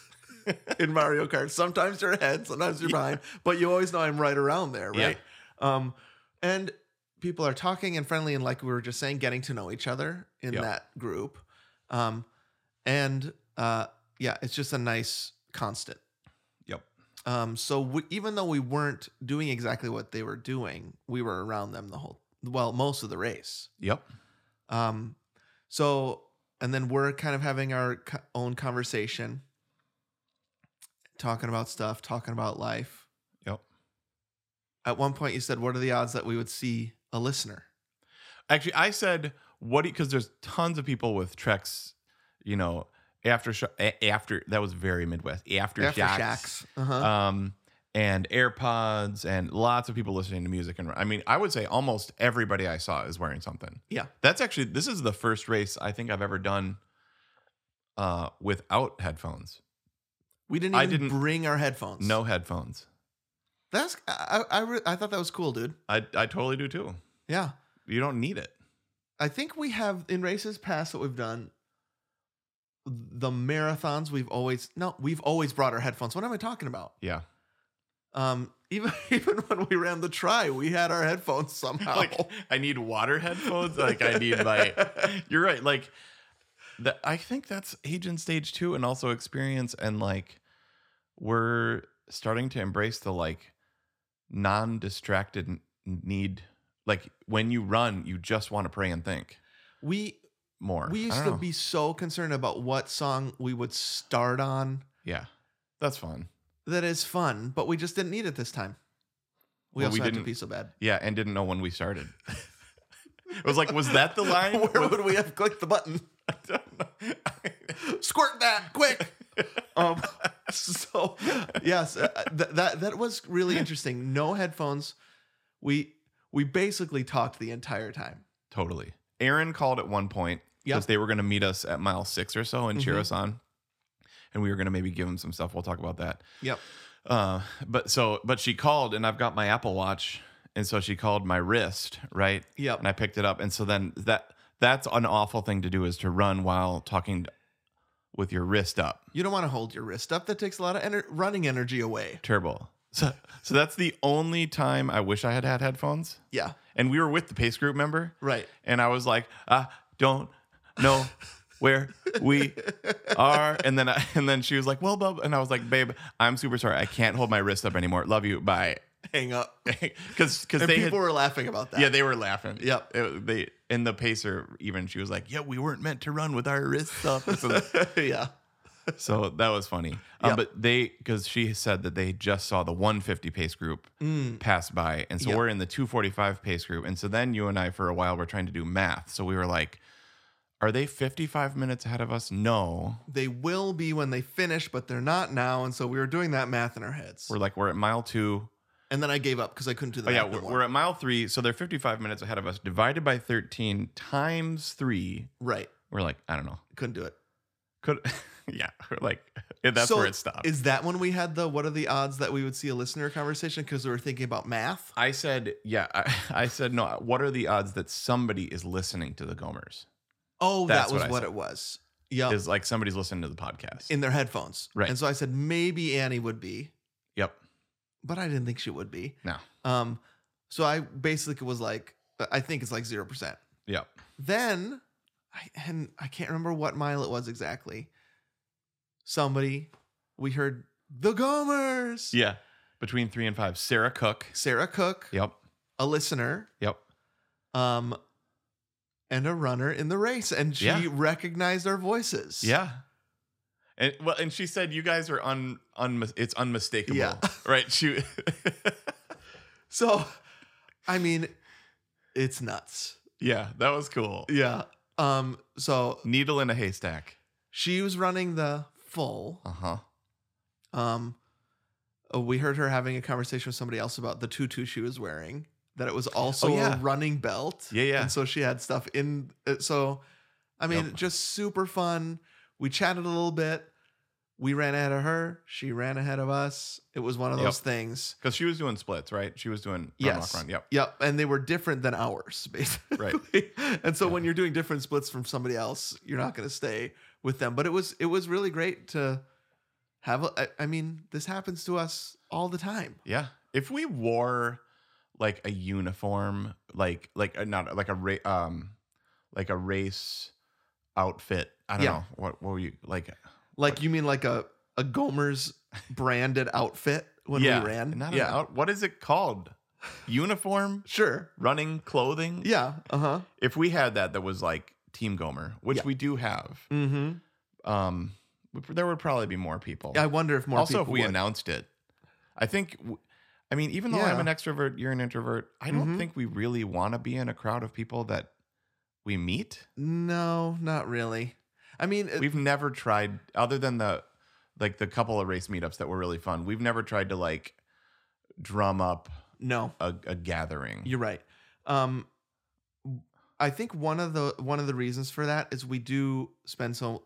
Speaker 1: in Mario Kart, sometimes you're ahead, sometimes you're behind, but you always know I'm right around there,
Speaker 2: Yeah.
Speaker 1: right? Um, and people are talking and friendly, and like we were just saying, getting to know each other in
Speaker 2: Yep.
Speaker 1: that group. Um, and uh, yeah, it's just a nice constant.
Speaker 2: Yep.
Speaker 1: Um, so we, even though we weren't doing exactly what they were doing, we were around them the whole, well, most of the race.
Speaker 2: Yep.
Speaker 1: Um, so, and then we're kind of having our co- own conversation, talking about stuff, talking about life.
Speaker 2: Yep.
Speaker 1: At one point, you said, "What are the odds that we would see a listener?"
Speaker 2: Actually, I said what because there's tons of people with Trex, you know, after sho- a- after that was very Midwest after, shacks,
Speaker 1: Uh-huh.
Speaker 2: um, and AirPods, and lots of people listening to music. And I mean, I would say almost everybody I saw is wearing something.
Speaker 1: Yeah.
Speaker 2: that's actually this is the first race I think I've ever done uh, without headphones,
Speaker 1: we didn't
Speaker 2: I
Speaker 1: even
Speaker 2: didn't-
Speaker 1: bring our headphones.
Speaker 2: no headphones.
Speaker 1: that's I I, I, re- I thought that was cool, dude.
Speaker 2: I I totally do too.
Speaker 1: Yeah,
Speaker 2: You don't need it.
Speaker 1: I think we have in races past that we've done. The marathons we've always no we've always brought our headphones. What am I talking about?
Speaker 2: Yeah.
Speaker 1: Um, even even when we ran the try, we had our headphones somehow.
Speaker 2: like I need water headphones. Like I need my. You're right. Like the, I think that's agent stage two, and also experience, and like we're starting to embrace the like non-distracted n- need. Like when you run, you just want to pray and think
Speaker 1: we
Speaker 2: more.
Speaker 1: we
Speaker 2: I
Speaker 1: used
Speaker 2: don't
Speaker 1: to
Speaker 2: know.
Speaker 1: be so concerned about what song we would start on.
Speaker 2: Yeah, that's fun.
Speaker 1: That is fun, but we just didn't need it this time. We
Speaker 2: Well,
Speaker 1: also
Speaker 2: we
Speaker 1: had to
Speaker 2: didn't-
Speaker 1: be so bad.
Speaker 2: Yeah, and didn't know when we started. it was like, was that the line?
Speaker 1: Where
Speaker 2: Was-
Speaker 1: would we have clicked the button?
Speaker 2: I don't know.
Speaker 1: Squirt that quick. um, so yes, uh, th- that that was really interesting. No headphones. We we basically talked the entire time.
Speaker 2: Totally. Aaron called at one point because
Speaker 1: Yep.
Speaker 2: they were going to meet us at mile six or so and cheer
Speaker 1: Mhm.
Speaker 2: us on. And we were going to maybe give him some stuff. We'll talk about that.
Speaker 1: Yep.
Speaker 2: Uh, but so, but she called and I've got my Apple Watch. And so she called my wrist, right?
Speaker 1: Yep.
Speaker 2: And I picked it up. And so then that, that's an awful thing to do is to run while talking with your wrist up.
Speaker 1: You don't want to hold your wrist up. That takes a lot of ener- running energy away.
Speaker 2: Turbo. So, so that's the only time I wish I had had headphones.
Speaker 1: Yeah.
Speaker 2: And we were with the pace group member.
Speaker 1: Right.
Speaker 2: and I was like, I don't know where we are. And then I, and then she was like, Well, bub, and I was like, Babe, I'm super sorry. I can't hold my wrist up anymore. Love you. Bye.
Speaker 1: Hang up.
Speaker 2: Because because
Speaker 1: And
Speaker 2: they
Speaker 1: people
Speaker 2: had,
Speaker 1: were laughing about that.
Speaker 2: yeah they were laughing.
Speaker 1: Yep.
Speaker 2: It- they and the pacer even she was like, Yeah, we weren't meant to run with our wrists up. So,
Speaker 1: yeah.
Speaker 2: so that was funny. Um,
Speaker 1: Yep.
Speaker 2: But they because she said that they just saw the 150 pace group
Speaker 1: Mm.
Speaker 2: pass by. And so
Speaker 1: Yeah.
Speaker 2: we're in the 245 pace group. And so then you and I, for a while, were trying to do math. So we were like, are they 55 minutes ahead of us? No.
Speaker 1: They will be when they finish, but they're not now. And so we were doing that math in our heads.
Speaker 2: We're like, we're at mile two.
Speaker 1: and then I gave up because I couldn't do
Speaker 2: Oh,
Speaker 1: that.
Speaker 2: yeah, we're, we're at mile three. So they're 55 minutes ahead of us, divided by 13 times three.
Speaker 1: right.
Speaker 2: We're like, I don't know.
Speaker 1: Couldn't do it.
Speaker 2: Could, yeah, we're like, yeah, that's
Speaker 1: So
Speaker 2: where it stopped.
Speaker 1: Is that when we had the what are the odds that we would see a listener conversation because we were thinking about math?
Speaker 2: I said, yeah, I, I said, no, what are the odds that somebody is listening to the Gomers?
Speaker 1: Oh,
Speaker 2: That's
Speaker 1: that was
Speaker 2: what I
Speaker 1: what,
Speaker 2: said.
Speaker 1: it was. Yeah.
Speaker 2: Is like somebody's listening to the podcast.
Speaker 1: In their headphones.
Speaker 2: Right.
Speaker 1: And so I said maybe Annie would be,
Speaker 2: yep.
Speaker 1: but I didn't think she would be.
Speaker 2: No.
Speaker 1: Um, so I basically was like, uh, I think it's like zero percent.
Speaker 2: Yep.
Speaker 1: Then, I, and I can't remember what mile it was exactly. Somebody, we heard the Gomers.
Speaker 2: Yeah. Between three and five. Sarah Cook.
Speaker 1: Sarah Cook,
Speaker 2: Yep.
Speaker 1: a listener,
Speaker 2: Yep.
Speaker 1: um, and a runner in the race, and she
Speaker 2: Yeah.
Speaker 1: recognized our voices.
Speaker 2: Yeah. And well, and she said you guys are un, un it's unmistakable.
Speaker 1: Yeah.
Speaker 2: Right. She
Speaker 1: So, I mean, it's nuts.
Speaker 2: Yeah, that was cool.
Speaker 1: Yeah. Um. So
Speaker 2: Needle in a haystack.
Speaker 1: she was running the full.
Speaker 2: Uh-huh.
Speaker 1: Um, uh, we heard her having a conversation with somebody else about the tutu she was wearing. That it was also
Speaker 2: Oh, yeah.
Speaker 1: a running belt.
Speaker 2: Yeah, yeah.
Speaker 1: And so she had stuff in. uh, So, I mean,
Speaker 2: Yep.
Speaker 1: just super fun. We chatted a little bit. we ran ahead of her, she ran ahead of us. It was one of
Speaker 2: Yep.
Speaker 1: those things.
Speaker 2: Because she was doing splits, right? She was doing run,
Speaker 1: Yes.
Speaker 2: walk, run. Yep.
Speaker 1: Yep, and they were different than ours, basically. Right. and so
Speaker 2: Yeah.
Speaker 1: when you're doing different splits from somebody else, you're not going to stay with them. But it was it was really great to have. A, I- I mean, this happens to us all the time.
Speaker 2: Yeah. If we wore like a uniform, like like uh, not like a ra- um like a race outfit. I don't
Speaker 1: Yeah.
Speaker 2: know what what were you like.
Speaker 1: Like you mean like a a Gomer's branded outfit when
Speaker 2: yeah,
Speaker 1: we ran?
Speaker 2: Not
Speaker 1: yeah,
Speaker 2: an out, what is it called? Uniform,
Speaker 1: sure.
Speaker 2: running clothing.
Speaker 1: Yeah. Uh huh.
Speaker 2: If we had that, that was like Team Gomer, which
Speaker 1: Yeah.
Speaker 2: we do have.
Speaker 1: Mm-hmm.
Speaker 2: Um, we- there would probably be more people.
Speaker 1: I wonder if more
Speaker 2: also,
Speaker 1: people
Speaker 2: if we
Speaker 1: would.
Speaker 2: announced it, I think. w- I mean, even though I'm
Speaker 1: Yeah.
Speaker 2: an extrovert, you're an introvert. I don't
Speaker 1: Mhm.
Speaker 2: think we really want to be in a crowd of people that we meet.
Speaker 1: No, not really. I mean, it-
Speaker 2: We've never tried, other than the like the couple of race meetups that were really fun. We've never tried to like drum up
Speaker 1: no,
Speaker 2: a, a gathering.
Speaker 1: you're right. Um, I think one of the one of the reasons for that is we do spend so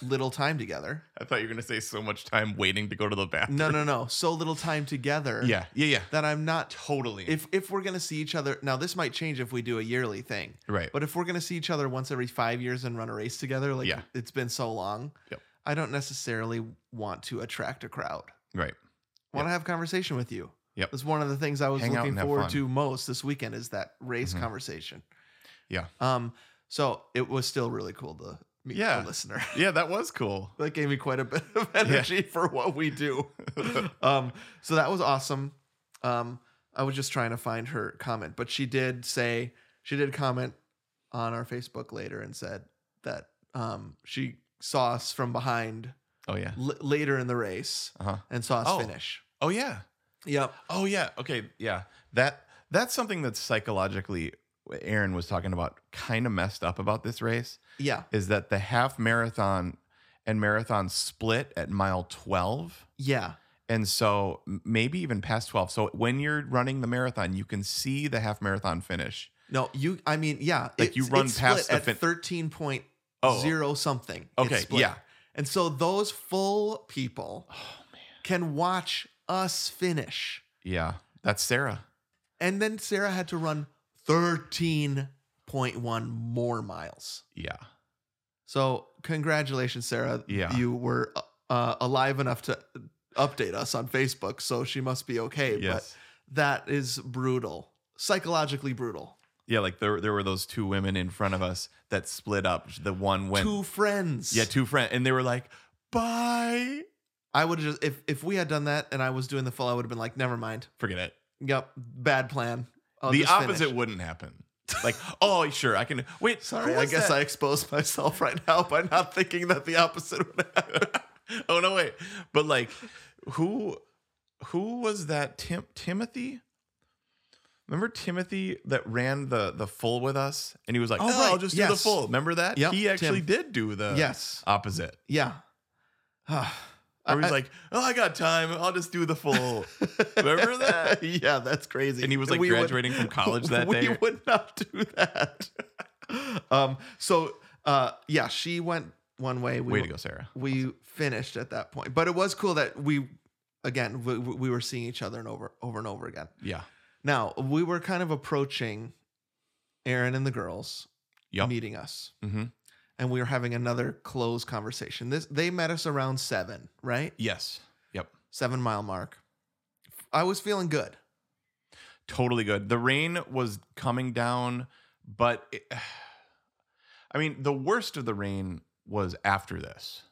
Speaker 1: little time together.
Speaker 2: I thought you were gonna say so much time waiting to go to the bathroom.
Speaker 1: No, no, no, so little time together.
Speaker 2: Yeah, yeah, yeah.
Speaker 1: That I'm not.
Speaker 2: Totally.
Speaker 1: If if we're gonna see each other now, this might change if we do a yearly thing.
Speaker 2: right.
Speaker 1: But if we're gonna see each other once every five years and run a race together, like
Speaker 2: Yeah.
Speaker 1: it's been so long,
Speaker 2: Yep.
Speaker 1: I don't necessarily want to attract a crowd.
Speaker 2: right.
Speaker 1: I want to have a conversation with you.
Speaker 2: Yep.
Speaker 1: That's one of the things I was
Speaker 2: Hang out
Speaker 1: looking
Speaker 2: and have
Speaker 1: forward
Speaker 2: fun.
Speaker 1: to most this weekend is that race
Speaker 2: Mhm.
Speaker 1: conversation.
Speaker 2: Yeah.
Speaker 1: Um, so it was still really cool to meet
Speaker 2: Yeah.
Speaker 1: a listener.
Speaker 2: Yeah, that was cool.
Speaker 1: that gave me quite a bit of energy for what we do. um, so that was awesome. Um, I was just trying to find her comment, but she did say she did comment on our Facebook later and said that um, she saw us from behind
Speaker 2: Oh yeah.
Speaker 1: l- later in the race
Speaker 2: Uh huh.
Speaker 1: and saw us
Speaker 2: Oh.
Speaker 1: finish.
Speaker 2: Oh yeah.
Speaker 1: Yep.
Speaker 2: Oh yeah. Okay. Yeah. That that's something that's psychologically Aaron was talking about kind of messed up about this race
Speaker 1: Yeah.
Speaker 2: is that the half marathon and marathon split at mile 12
Speaker 1: Yeah.
Speaker 2: and so m- maybe even past 12 so when you're running the marathon you can see the half marathon finish
Speaker 1: No, you. I mean, yeah.
Speaker 2: Like, you
Speaker 1: it's-
Speaker 2: run
Speaker 1: it's
Speaker 2: past the
Speaker 1: split
Speaker 2: fin-
Speaker 1: at thirteen point
Speaker 2: Oh.
Speaker 1: zero something. It's
Speaker 2: Okay,
Speaker 1: split.
Speaker 2: yeah. Oh,
Speaker 1: And so those full people can watch us finish,
Speaker 2: yeah that's sarah
Speaker 1: and then Sarah had to run thirteen point one more miles.
Speaker 2: yeah
Speaker 1: So congratulations, Sarah.
Speaker 2: Yeah.
Speaker 1: you were uh, alive enough to update us on Facebook, so she must be okay.
Speaker 2: yes
Speaker 1: But that is brutal, psychologically brutal.
Speaker 2: yeah like there, there were those two women in front of us that split up the one went
Speaker 1: Two friends.
Speaker 2: yeah two friends and they were like bye
Speaker 1: I would have just if if we had done that and I was doing the full, I would have been like, never mind.
Speaker 2: forget it
Speaker 1: Yep, bad plan. I'll
Speaker 2: the
Speaker 1: just
Speaker 2: opposite
Speaker 1: finish."
Speaker 2: wouldn't happen. Like, oh, sure, I can. Wait,
Speaker 1: Sorry, I guess I exposed myself right now by not thinking that the opposite would happen.
Speaker 2: I. oh no, wait. But like, who, who was that? Tim Timothy. Remember Timothy that ran the the full with us, and he was like, "Oh,
Speaker 1: Oh, right,
Speaker 2: I'll just do the
Speaker 1: yes.
Speaker 2: full." Remember that?
Speaker 1: Yep,
Speaker 2: he actually
Speaker 1: Tim.
Speaker 2: did do the
Speaker 1: yes.
Speaker 2: opposite.
Speaker 1: Yeah. I
Speaker 2: Where he's like, "Oh, I got time. I'll just do the full." remember that?
Speaker 1: yeah, that's crazy.
Speaker 2: And he was like
Speaker 1: We would-
Speaker 2: graduating from college that
Speaker 1: we
Speaker 2: day.
Speaker 1: would not do that. um. So, uh, yeah, she went one way. We
Speaker 2: Way
Speaker 1: went-
Speaker 2: to go, Sarah.
Speaker 1: we finished at that point but it was cool that we again we, we were seeing each other and over over and over again
Speaker 2: Yeah.
Speaker 1: now we were kind of approaching aaron and the girls
Speaker 2: Yup.
Speaker 1: meeting us
Speaker 2: Mm-hmm.
Speaker 1: and we were having another close conversation this they met us around seven right
Speaker 2: Yes. Yep.
Speaker 1: seven mile mark i was feeling good
Speaker 2: totally good. The rain was coming down, but it, I mean, the worst of the rain was after this,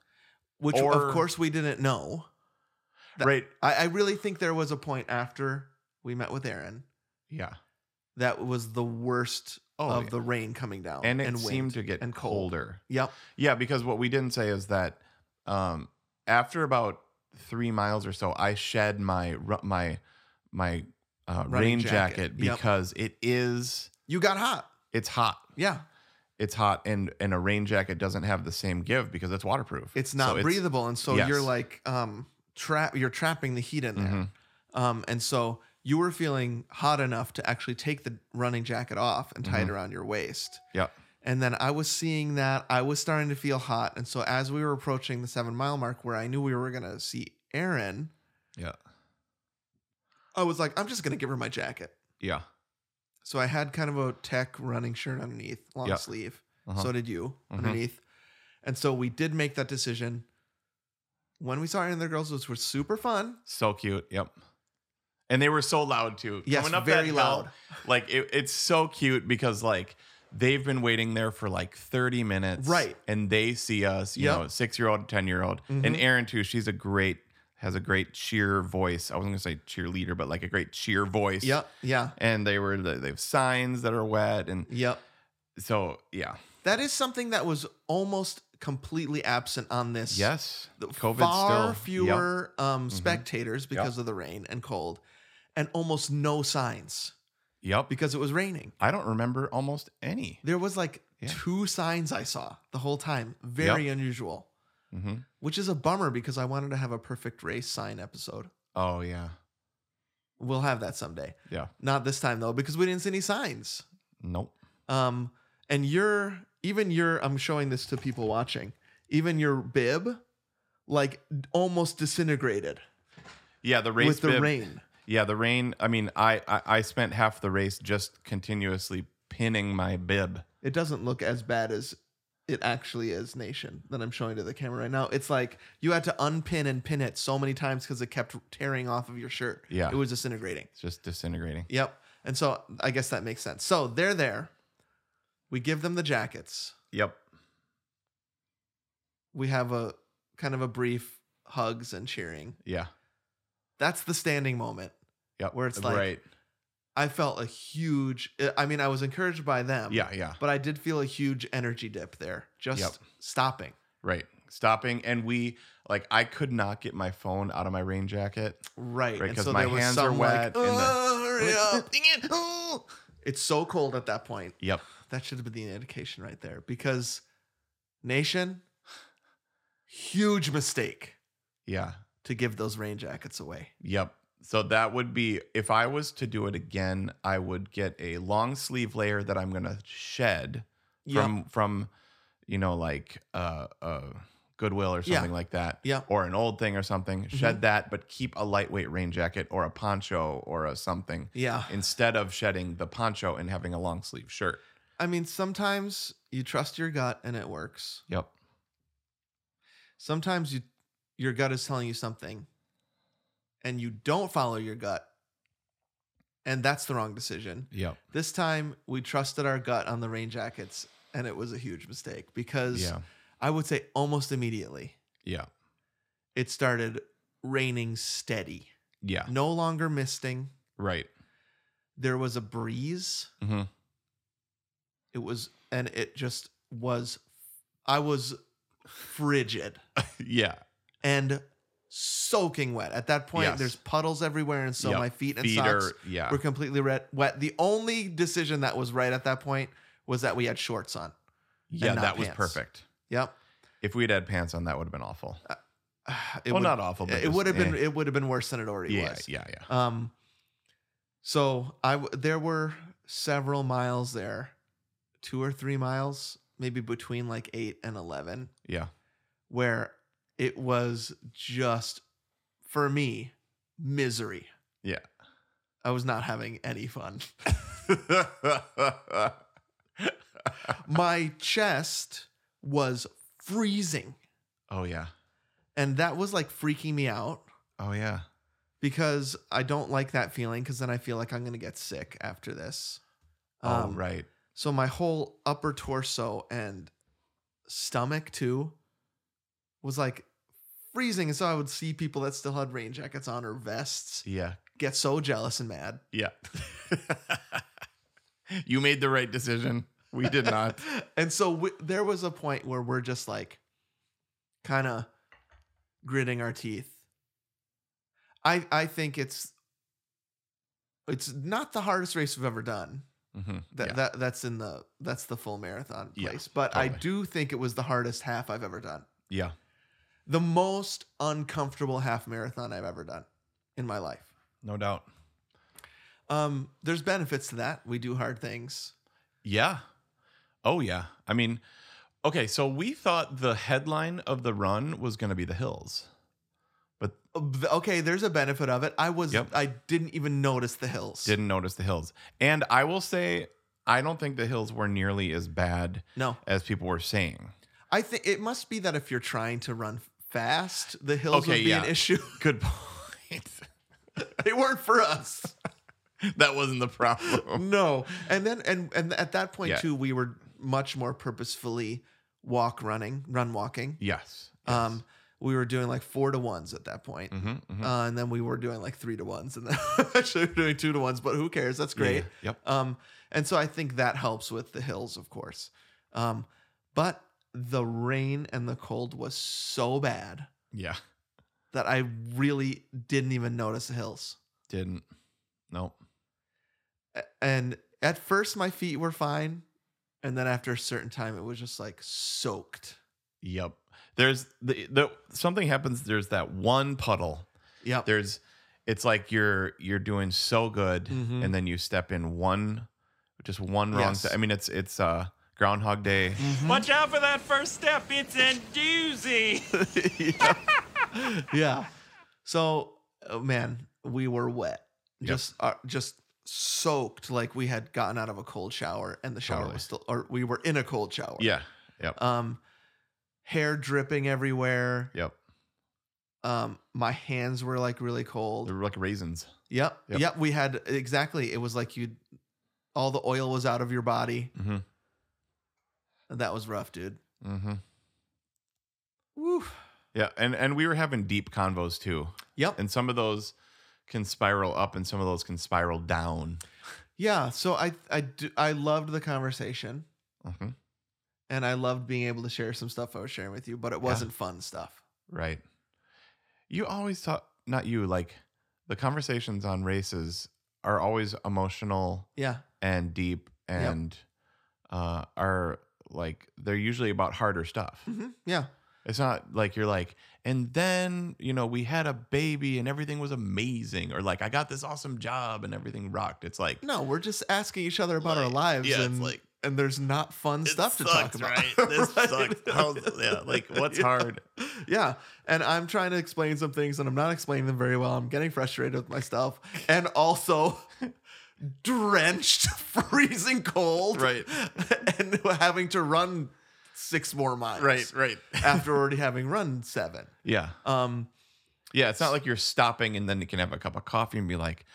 Speaker 1: which
Speaker 2: Or-
Speaker 1: of course we didn't know That-
Speaker 2: right?
Speaker 1: I, I really think there was a point after we met with aaron
Speaker 2: Yeah.
Speaker 1: that was the worst
Speaker 2: Oh,
Speaker 1: of
Speaker 2: yeah.
Speaker 1: the rain coming down
Speaker 2: and it
Speaker 1: wind
Speaker 2: seemed to get
Speaker 1: and cold.
Speaker 2: colder.
Speaker 1: yep
Speaker 2: Yeah, because what we didn't say is that um, after about three miles or so, I shed my ru- my my uh,
Speaker 1: Running
Speaker 2: rain jacket,
Speaker 1: jacket. Yep.
Speaker 2: because it is
Speaker 1: you got hot
Speaker 2: it's hot.
Speaker 1: Yeah,
Speaker 2: It's hot, and and a rain jacket doesn't have the same give because it's waterproof.
Speaker 1: it's
Speaker 2: So
Speaker 1: not breathable, and so
Speaker 2: yes.
Speaker 1: you're like um trap. You're trapping the heat in there,
Speaker 2: Mhm.
Speaker 1: um, and so you
Speaker 2: Mm-hmm.
Speaker 1: were feeling hot enough to actually take the running jacket off and tie it around your waist.
Speaker 2: Yep.
Speaker 1: And then I was seeing that I was starting to feel hot. And so as we were approaching the seven mile mark where I knew we were going to see Aaron,
Speaker 2: Yeah.
Speaker 1: I was like, I'm just going to give her my jacket.
Speaker 2: Yeah.
Speaker 1: So I had kind of a tech running shirt underneath, long
Speaker 2: Yeah.
Speaker 1: sleeve.
Speaker 2: Uh-huh.
Speaker 1: So did you
Speaker 2: Mhm.
Speaker 1: underneath. And so we did make that decision. When we saw Aaron and the girls, which were super fun.
Speaker 2: So cute. Yep. And they were so loud too.
Speaker 1: Yes,
Speaker 2: Coming up that
Speaker 1: very
Speaker 2: hill,
Speaker 1: loud.
Speaker 2: like it, it's so cute because like they've been waiting there for like 30 minutes.
Speaker 1: Right.
Speaker 2: And they see us, you
Speaker 1: Yep. Mm-hmm.
Speaker 2: know, six year old, 10 year old. And Erin too, she's a great, has a great cheer voice. I wasn't gonna say cheerleader, but like a great cheer voice.
Speaker 1: Yep. Yeah.
Speaker 2: And they were, they have signs that are wet. And
Speaker 1: Yep.
Speaker 2: so, yeah.
Speaker 1: That is something that was almost completely absent on this.
Speaker 2: Yes.
Speaker 1: The
Speaker 2: COVID
Speaker 1: far
Speaker 2: still. Yep. Mm-hmm.
Speaker 1: fewer um, spectators because of the rain and cold, and almost no signs
Speaker 2: Yep.
Speaker 1: because it was raining.
Speaker 2: I don't remember almost any.
Speaker 1: There was like
Speaker 2: Yeah.
Speaker 1: two signs I saw the whole time. Very unusual,
Speaker 2: hmm
Speaker 1: which is a bummer because I wanted to have a perfect race sign episode.
Speaker 2: Oh, yeah.
Speaker 1: We'll have that someday.
Speaker 2: Yeah.
Speaker 1: Not this time though, because we didn't see any signs.
Speaker 2: Nope.
Speaker 1: Um, and your even your I'm showing this to people watching. Even your bib, like almost disintegrated
Speaker 2: Yeah. The race
Speaker 1: with the
Speaker 2: bib-
Speaker 1: rain.
Speaker 2: Yeah, the rain. I mean, I, I I spent half the race just continuously pinning my bib.
Speaker 1: It doesn't look as bad as it actually is, Nation, that I'm showing to the camera right now. It's like you had to unpin and pin it so many times because it kept tearing off of your shirt.
Speaker 2: Yeah.
Speaker 1: It was disintegrating.
Speaker 2: It's just disintegrating.
Speaker 1: Yep. And so I guess that makes sense. So they're there. We give them the jackets.
Speaker 2: Yep.
Speaker 1: We have a kind of a brief hugs and cheering.
Speaker 2: Yeah.
Speaker 1: That's the standing moment.
Speaker 2: Yep.
Speaker 1: Where it's like-
Speaker 2: right.
Speaker 1: I felt a huge. eh, I mean, I was encouraged by them.
Speaker 2: Yeah. Yeah.
Speaker 1: But I did feel a huge energy dip there. Just
Speaker 2: Yep.
Speaker 1: stopping.
Speaker 2: Right. Stopping, and we like I could not get my phone out of my rain jacket.
Speaker 1: Right.
Speaker 2: Right,
Speaker 1: and
Speaker 2: 'cause
Speaker 1: so
Speaker 2: my
Speaker 1: there was
Speaker 2: hands are
Speaker 1: some
Speaker 2: wet and
Speaker 1: like,
Speaker 2: the-
Speaker 1: "Oh, hurry up.
Speaker 2: Dang it. Oh.
Speaker 1: It's so cold at that point.
Speaker 2: Yep.
Speaker 1: That should have been the indication right there because nation, huge mistake
Speaker 2: Yeah.
Speaker 1: to give those rain jackets away.
Speaker 2: Yep. So that would be if I was to do it again, I would get a long sleeve layer that I'm gonna shed.
Speaker 1: Yep.
Speaker 2: from from you know like uh uh goodwill or
Speaker 1: Yeah.
Speaker 2: something like that
Speaker 1: Yeah. Mm-hmm.
Speaker 2: or an old thing or something shed that but keep a lightweight rain jacket or a poncho or a something
Speaker 1: yeah.
Speaker 2: instead of shedding the poncho and having a long sleeve shirt
Speaker 1: I mean, sometimes you trust your gut and it works.
Speaker 2: yep
Speaker 1: Sometimes you your gut is telling you something and you don't follow your gut. And that's the wrong decision.
Speaker 2: yep
Speaker 1: This time we trusted our gut on the rain jackets and it was a huge mistake because
Speaker 2: yeah
Speaker 1: I would say almost immediately
Speaker 2: yeah
Speaker 1: it started raining steady,
Speaker 2: yeah
Speaker 1: no longer misting.
Speaker 2: right
Speaker 1: There was a breeze.
Speaker 2: hmm
Speaker 1: It was, and it just was, I was frigid
Speaker 2: yeah
Speaker 1: and soaking wet. At that point,
Speaker 2: Yes.
Speaker 1: there's puddles everywhere. And so
Speaker 2: Yep.
Speaker 1: my feet and
Speaker 2: feet
Speaker 1: socks
Speaker 2: are yeah
Speaker 1: were completely red, wet. The only decision that was right at that point was that we had shorts on.
Speaker 2: yeah
Speaker 1: not
Speaker 2: that was
Speaker 1: pants.
Speaker 2: perfect
Speaker 1: Yep.
Speaker 2: if we'd had pants on that would have been awful
Speaker 1: It
Speaker 2: well
Speaker 1: would,
Speaker 2: not awful but
Speaker 1: it
Speaker 2: just,
Speaker 1: would have been
Speaker 2: eh.
Speaker 1: it would have been worse than it already
Speaker 2: yeah
Speaker 1: was.
Speaker 2: yeah yeah
Speaker 1: Um, so I w- there were several miles there, two or three miles, maybe between like eight and eleven,
Speaker 2: yeah
Speaker 1: where it was just for me misery.
Speaker 2: Yeah.
Speaker 1: I was not having any fun. My chest was freezing,
Speaker 2: oh yeah
Speaker 1: and that was like freaking me out
Speaker 2: oh yeah
Speaker 1: because I don't like that feeling. Because then I feel like I'm gonna get sick after this. Um,
Speaker 2: oh right
Speaker 1: So my whole upper torso and stomach too was like freezing. And so I would see people that still had rain jackets on or vests
Speaker 2: Yeah.
Speaker 1: get so jealous and mad.
Speaker 2: Yeah. you made the right decision. We did not.
Speaker 1: and so we, there was a point where we're just like kind of gritting our teeth. I I think it's it's not the hardest race we've ever done.
Speaker 2: hmm
Speaker 1: That, that that's in the that's the full marathon
Speaker 2: Yeah,
Speaker 1: place. but I
Speaker 2: totally.
Speaker 1: do think it was the hardest half I've ever done.
Speaker 2: yeah.
Speaker 1: the most uncomfortable half marathon I've ever done in my life.
Speaker 2: No doubt.
Speaker 1: Um, there's benefits to that. We do hard things.
Speaker 2: Yeah. Oh yeah. I mean, okay, so we thought the headline of the run was going to be the hills.
Speaker 1: Okay, there's a benefit of it. I was
Speaker 2: Yep.
Speaker 1: I didn't even notice the hills.
Speaker 2: Didn't notice the hills. And I will say I don't think the hills were nearly as bad
Speaker 1: No.
Speaker 2: as people were saying.
Speaker 1: I think it must be that if you're trying to run fast, the hills
Speaker 2: Okay,
Speaker 1: would be
Speaker 2: yeah.
Speaker 1: an issue.
Speaker 2: Good point.
Speaker 1: they weren't for us.
Speaker 2: that wasn't the problem.
Speaker 1: No. And then and and at that point
Speaker 2: Yeah.
Speaker 1: too, we were much more purposefully walk running, run walking.
Speaker 2: Yes.
Speaker 1: Um we were doing like four to ones at that point.
Speaker 2: hmm hmm
Speaker 1: Uh, and then we were doing like three to ones, and then actually we we're doing two to ones. But who cares? That's great.
Speaker 2: Yep.
Speaker 1: Um, and so I think that helps with the hills, of course. Um, but the rain and the cold was so bad
Speaker 2: Yeah.
Speaker 1: that I really didn't even notice the hills.
Speaker 2: Didn't. Nope.
Speaker 1: A- And at first, my feet were fine, and then after a certain time, it was just like soaked.
Speaker 2: Yep. There's the, the something happens. There's that one puddle.
Speaker 1: Yep.
Speaker 2: There's it's like you're you're doing so good,
Speaker 1: Mhm.
Speaker 2: and then you step in one, just one wrong.
Speaker 1: Yes.
Speaker 2: step. I mean, it's it's uh, Groundhog Day.
Speaker 1: Mm-hmm.
Speaker 3: Watch out for that first step. It's a doozy.
Speaker 1: yeah. So, oh man, we were wet,
Speaker 2: Yep.
Speaker 1: just uh, just soaked, like we had gotten out of a cold shower, and the shower
Speaker 2: Totally.
Speaker 1: was still, or we were in a cold shower.
Speaker 2: Yeah. Yep.
Speaker 1: Um, hair dripping everywhere.
Speaker 2: yep.
Speaker 1: Um, my hands were like really cold.
Speaker 2: They're like raisins.
Speaker 1: Yep.
Speaker 2: Yep.
Speaker 1: Yep. we had exactly. It was like you, all the oil was out of your body.
Speaker 2: Mm-hmm.
Speaker 1: That was rough, dude.
Speaker 2: Mm-hmm.
Speaker 1: Woo.
Speaker 2: Yeah. And and we were having deep convos too,
Speaker 1: Yep.
Speaker 2: and some of those can spiral up, and some of those can spiral down.
Speaker 1: yeah. So I I do, I loved the conversation.
Speaker 2: Mm-hmm.
Speaker 1: and I loved being able to share some stuff I was sharing with you, but it wasn't fun stuff.
Speaker 2: Right. You always talk, not you, like the conversations on races are always emotional
Speaker 1: Yeah.
Speaker 2: and deep and uh, are like, they're usually about harder stuff.
Speaker 1: hmm Yeah.
Speaker 2: It's not like you're like, and then, you know, we had a baby and everything was amazing or like, I got this awesome job and everything rocked. It's like,
Speaker 1: No, we're just asking each other about our
Speaker 2: Like,
Speaker 1: lives
Speaker 2: yeah, it's
Speaker 1: and
Speaker 2: like,
Speaker 1: and there's not fun stuff to talk
Speaker 2: sucks,
Speaker 1: about.
Speaker 2: Right? This
Speaker 1: Right?
Speaker 2: sucks. How's- yeah. Like, what's
Speaker 1: Yeah.
Speaker 2: hard?
Speaker 1: Yeah. And I'm trying to explain some things and I'm not explaining them very well. I'm getting frustrated with myself and also drenched, freezing cold.
Speaker 2: Right.
Speaker 1: And having to run six more miles.
Speaker 2: Right.
Speaker 1: After already having run seven.
Speaker 2: Yeah.
Speaker 1: Um,
Speaker 2: Yeah, it's not like you're stopping and then you can have a cup of coffee and be like,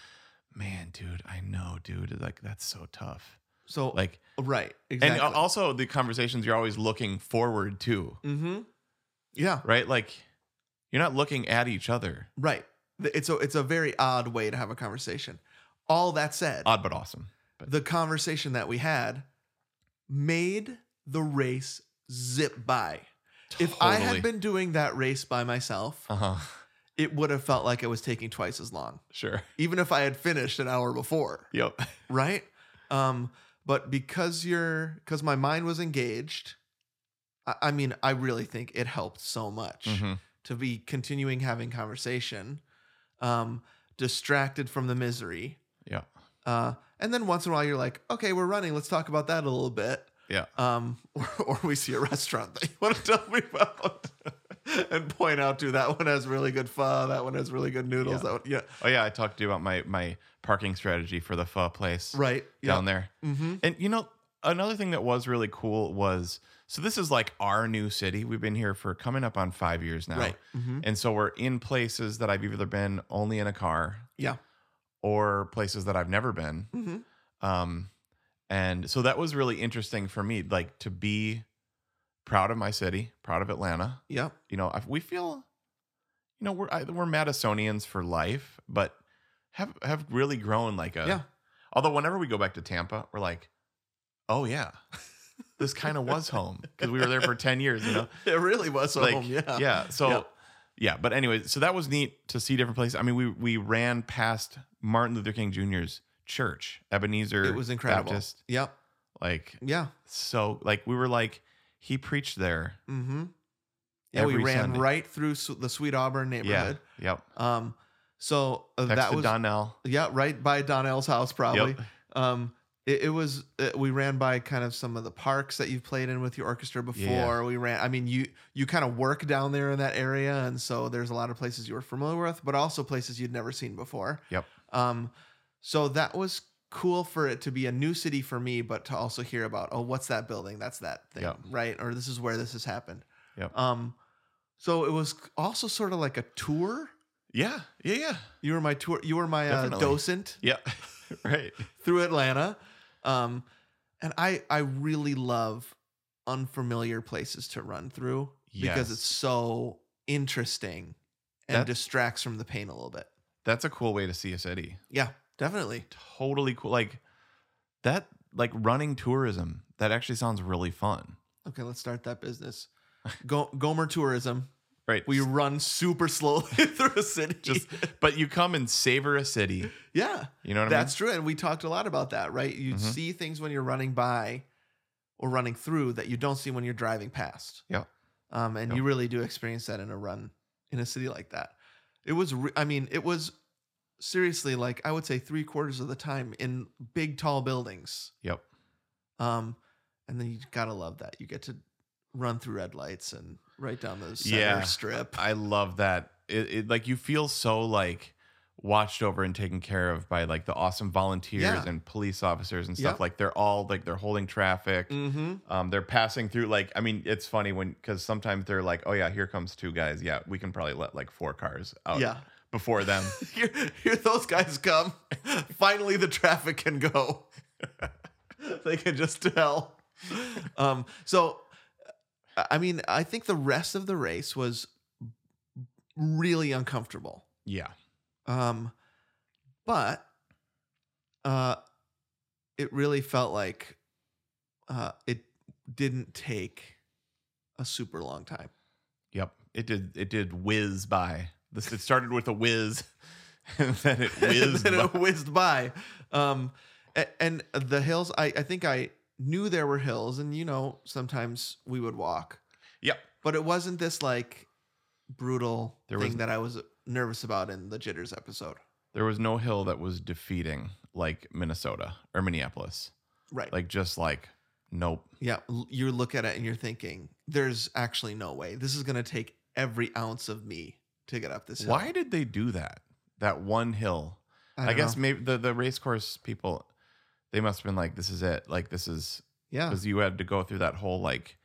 Speaker 2: "Man, dude, I know, dude. Like that's so tough."
Speaker 1: so like
Speaker 2: Like,
Speaker 1: right, exactly.
Speaker 2: and also the conversations you're always looking forward to,
Speaker 1: Mm-hmm. Yeah.
Speaker 2: right? Like, you're not looking at each other.
Speaker 1: Right. Th- It's a it's a very odd way to have a conversation. All that said,
Speaker 2: Odd but awesome.
Speaker 1: the conversation that we had made the race zip by. If I had been doing that race by myself,
Speaker 2: uh huh,
Speaker 1: it would have felt like it was taking twice as long,
Speaker 2: sure,
Speaker 1: even if I had finished an hour before,
Speaker 2: yep,
Speaker 1: right? Um, but because you're because my mind was engaged, I, I mean, I really think it helped so much.
Speaker 2: Mhm.
Speaker 1: to be continuing having conversation, um, distracted from the misery.
Speaker 2: yeah,
Speaker 1: Uh, and then once in a while, you're like, okay, we're running. Let's talk about that a little bit.
Speaker 2: yeah,
Speaker 1: Um, or, or we see a restaurant that you want to tell me about and point out to that one has really good pho. That one has really good noodles.
Speaker 2: Yeah.
Speaker 1: That one, yeah,
Speaker 2: oh yeah. I talked to you about my my parking strategy for the pho place
Speaker 1: right.
Speaker 2: down there.
Speaker 1: Mm-hmm.
Speaker 2: And you know, another thing that was really cool was so this is like our new city. We've been here for coming up on five years now.
Speaker 1: Right. Mm-hmm.
Speaker 2: And so we're in places that I've either been only in a car
Speaker 1: Yeah.
Speaker 2: or places that I've never been.
Speaker 1: Mm-hmm.
Speaker 2: Um, and so that was really interesting for me, like to be proud of my city, proud of Atlanta.
Speaker 1: Yep.
Speaker 2: You know, I, we feel, you know, we're I, we're Madisonians for life, but have have really grown like a.
Speaker 1: Yeah.
Speaker 2: Although whenever we go back to Tampa, we're like, oh yeah, this kind of was home because we were there for ten years. You know,
Speaker 1: It really was
Speaker 2: like,
Speaker 1: home. Yeah.
Speaker 2: yeah. So yeah.
Speaker 1: Yeah.
Speaker 2: but anyway, so that was neat to see different places. I mean, we we ran past Martin Luther King Jr.'s church, Ebenezer.
Speaker 1: It was incredible.
Speaker 2: Baptist.
Speaker 1: Yep.
Speaker 2: Like
Speaker 1: Yeah.
Speaker 2: so, like we were like he preached there.
Speaker 1: Mm-hmm. Yeah. we
Speaker 2: Every
Speaker 1: ran
Speaker 2: Sunday.
Speaker 1: right through Su- the Sweet Auburn
Speaker 2: Yeah.
Speaker 1: neighborhood.
Speaker 2: Yep.
Speaker 1: Um, so uh,
Speaker 2: Next
Speaker 1: that
Speaker 2: to
Speaker 1: was
Speaker 2: Donnell.
Speaker 1: yeah, right by Donnell's house probably.
Speaker 2: Yep.
Speaker 1: Um, It, it was uh, we ran by kind of some of the parks that you've played in with your orchestra before. We ran. I mean, you you kind of work down there in that area, and so there's a lot of places you were familiar with, but also places you'd never seen before.
Speaker 2: Yep.
Speaker 1: Um, so that was cool for it to be a new city for me, but to also hear about, oh, what's that building? That's that thing,
Speaker 2: Yep.
Speaker 1: right? Or this is where this has happened.
Speaker 2: Yep.
Speaker 1: Um, so it was also sort of like a tour.
Speaker 2: Yeah. Yeah. Yeah.
Speaker 1: You were my tour. You were my uh,
Speaker 2: Definitely.
Speaker 1: docent
Speaker 2: Yeah. right.
Speaker 1: through Atlanta, um, and I I really love unfamiliar places to run through
Speaker 2: Yes.
Speaker 1: because it's so interesting and
Speaker 2: That-
Speaker 1: distracts from the pain a little bit.
Speaker 2: That's a cool way to see a city.
Speaker 1: Yeah, definitely.
Speaker 2: Totally cool. Like that. Like running tourism. That actually sounds really fun.
Speaker 1: Okay, let's start that business. Go- Gomer Tourism.
Speaker 2: Right.
Speaker 1: We run super slowly through a city.
Speaker 2: just but you come and savor a city.
Speaker 1: yeah.
Speaker 2: You know what
Speaker 1: That's true. And we talked a lot about that, right? You
Speaker 2: Mhm.
Speaker 1: see things when you're running by or running through that you don't see when you're driving past.
Speaker 2: Yeah.
Speaker 1: Um, and
Speaker 2: Yeah.
Speaker 1: you really do experience that in a run in a city like that. It was, re- I mean, it was seriously like I would say three quarters of the time in big, tall buildings.
Speaker 2: I mean? Yep.
Speaker 1: Um, and then you gotta love that. You get to run through red lights and right down the center
Speaker 2: Yeah.
Speaker 1: strip.
Speaker 2: I love that. It, it like you feel so like watched over and taken care of by like the awesome volunteers
Speaker 1: Yeah.
Speaker 2: and police officers and stuff.
Speaker 1: Yep.
Speaker 2: Like they're all like they're holding traffic.
Speaker 1: mm-hmm.
Speaker 2: Um, they're passing through like I mean it's funny when because sometimes they're like oh yeah here comes two guys yeah we can probably let like four cars out
Speaker 1: Yeah.
Speaker 2: before them
Speaker 1: here, here those guys come. Finally, the traffic can go. they can just tell. Um, so, I- I mean, I think the rest of the race was really uncomfortable.
Speaker 2: yeah
Speaker 1: Um, but uh, it really felt like uh, it didn't take a super long time.
Speaker 2: yep it did it did whiz by this it started with a whiz and then it whizzed
Speaker 1: and then it
Speaker 2: by.
Speaker 1: whizzed by. Um, a- and the hills, I, I think I knew there were hills, and you know, sometimes we would walk,
Speaker 2: yep
Speaker 1: but it wasn't this like brutal
Speaker 2: There
Speaker 1: thing
Speaker 2: wasn't-
Speaker 1: that I was nervous about in the Jitters episode.
Speaker 2: there was no hill that was defeating like Minnesota or Minneapolis.
Speaker 1: Right.
Speaker 2: Like just like nope.
Speaker 1: yeah. l- You look at it and you're thinking, there's actually no way. This is going to take every ounce of me to get up this hill.
Speaker 2: Why did they do that? That one hill. I,
Speaker 1: don't
Speaker 2: guess
Speaker 1: know.
Speaker 2: maybe the the race course people they must have been like this is it. Like this is
Speaker 1: Yeah.
Speaker 2: cuz you had to go through that whole like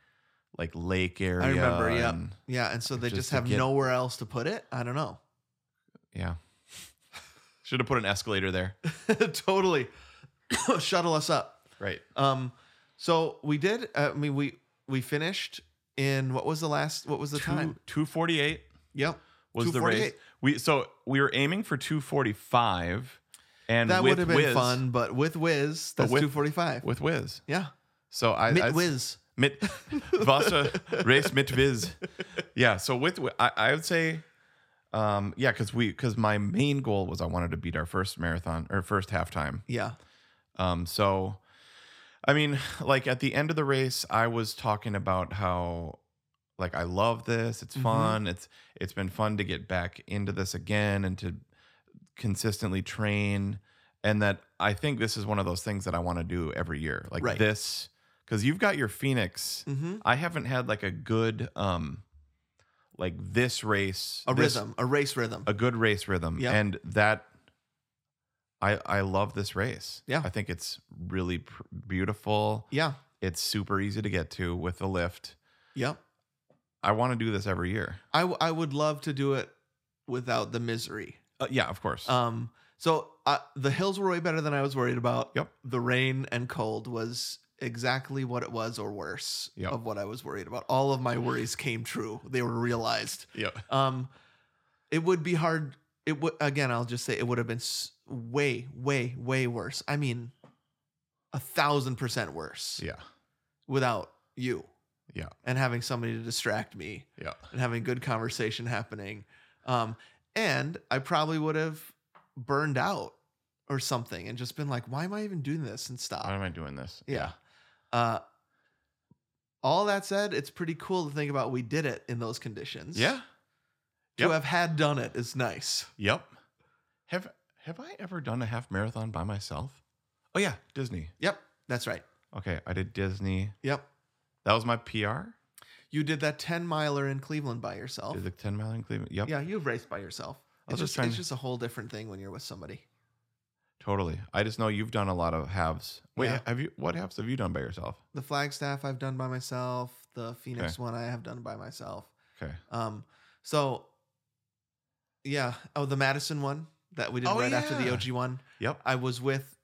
Speaker 2: like lake area.
Speaker 1: remember, yeah.
Speaker 2: and-
Speaker 1: Yeah. And so they
Speaker 2: just
Speaker 1: just,
Speaker 2: to
Speaker 1: have
Speaker 2: get-
Speaker 1: nowhere else to put it. I don't know.
Speaker 2: Yeah. Should have put an escalator there.
Speaker 1: totally. Shuttle us up.
Speaker 2: Right.
Speaker 1: Um, so we did. uh, I mean, we we finished in what was the last? What was the time?
Speaker 2: 248
Speaker 1: Yep,
Speaker 2: was the race.
Speaker 1: 248.
Speaker 2: We so we were aiming for 245 and
Speaker 1: that
Speaker 2: with
Speaker 1: would have been
Speaker 2: Wiz-
Speaker 1: fun, but with Wiz, that's
Speaker 2: with-
Speaker 1: two forty five.
Speaker 2: with Wiz.
Speaker 1: Yeah,
Speaker 2: So I I-
Speaker 1: Mit Wiz.
Speaker 2: Mit Wasser race mit Viz. Yeah. So with I, I would say, um, yeah, because we because my main goal was I wanted to beat our first marathon or first halftime.
Speaker 1: Yeah,
Speaker 2: Um, so I mean, like at the end of the race, I was talking about how like I love this. It's
Speaker 1: Mhm.
Speaker 2: fun. It's it's been fun to get back into this again and to consistently train. And that I think this is one of those things that I want to do every year. Like
Speaker 1: Right.
Speaker 2: this, because you've got your Phoenix.
Speaker 1: mm-hmm.
Speaker 2: I haven't had like a good um like this race
Speaker 1: a
Speaker 2: this-
Speaker 1: rhythm, a race rhythm.
Speaker 2: a good race rhythm.
Speaker 1: Yeah.
Speaker 2: And that I I love this race.
Speaker 1: Yeah.
Speaker 2: I think it's really pr- beautiful.
Speaker 1: yeah,
Speaker 2: It's super easy to get to with the lift.
Speaker 1: yep.
Speaker 2: I want to do this every year.
Speaker 1: I w- I would love to do it without the misery.
Speaker 2: Uh, yeah, of course.
Speaker 1: Um, so uh, the hills were way better than I was worried about.
Speaker 2: Yep.
Speaker 1: The rain and cold was exactly what it was, or worse,
Speaker 2: Yep.
Speaker 1: of what I was worried about. All of my worries came true. They were realized.
Speaker 2: yeah.
Speaker 1: Um, it would be hard. It would again. I'll just say it would have been s- way, way, way worse. I mean, a thousand percent worse
Speaker 2: Yeah.
Speaker 1: without you.
Speaker 2: Yeah.
Speaker 1: And having somebody to distract me
Speaker 2: Yeah.
Speaker 1: and having good conversation happening. Um, and I probably would have burned out or something and just been like, why am I even doing this and stop?
Speaker 2: Why am I doing this?
Speaker 1: yeah. Uh, all that said, it's pretty cool to think about we did it in those conditions.
Speaker 2: Yeah.
Speaker 1: To
Speaker 2: Yep.
Speaker 1: have had done it is nice.
Speaker 2: Yep. Have have I ever done a half marathon by myself? Oh yeah, Disney.
Speaker 1: Yep, that's right.
Speaker 2: Okay, I did Disney.
Speaker 1: Yep.
Speaker 2: That was my PR.
Speaker 1: You did that 10 miler in Cleveland by yourself.
Speaker 2: Did the ten mile in Cleveland? Yep.
Speaker 1: Oh. Yeah, you've raced by yourself.
Speaker 2: I
Speaker 1: It's
Speaker 2: was just
Speaker 1: just,
Speaker 2: trying
Speaker 1: it's
Speaker 2: to-
Speaker 1: just a whole different thing when you're with somebody.
Speaker 2: Totally. I just know you've done a lot of halves. Wait,
Speaker 1: Yeah.
Speaker 2: have you? What halves have you done by yourself?
Speaker 1: The Flagstaff I've done by myself. The Phoenix one I have done by myself.
Speaker 2: Okay.
Speaker 1: Um, so yeah. Oh, the Madison one that we did
Speaker 2: Oh,
Speaker 1: right after the
Speaker 2: yeah.
Speaker 1: OG one.
Speaker 2: Yep.
Speaker 1: I was with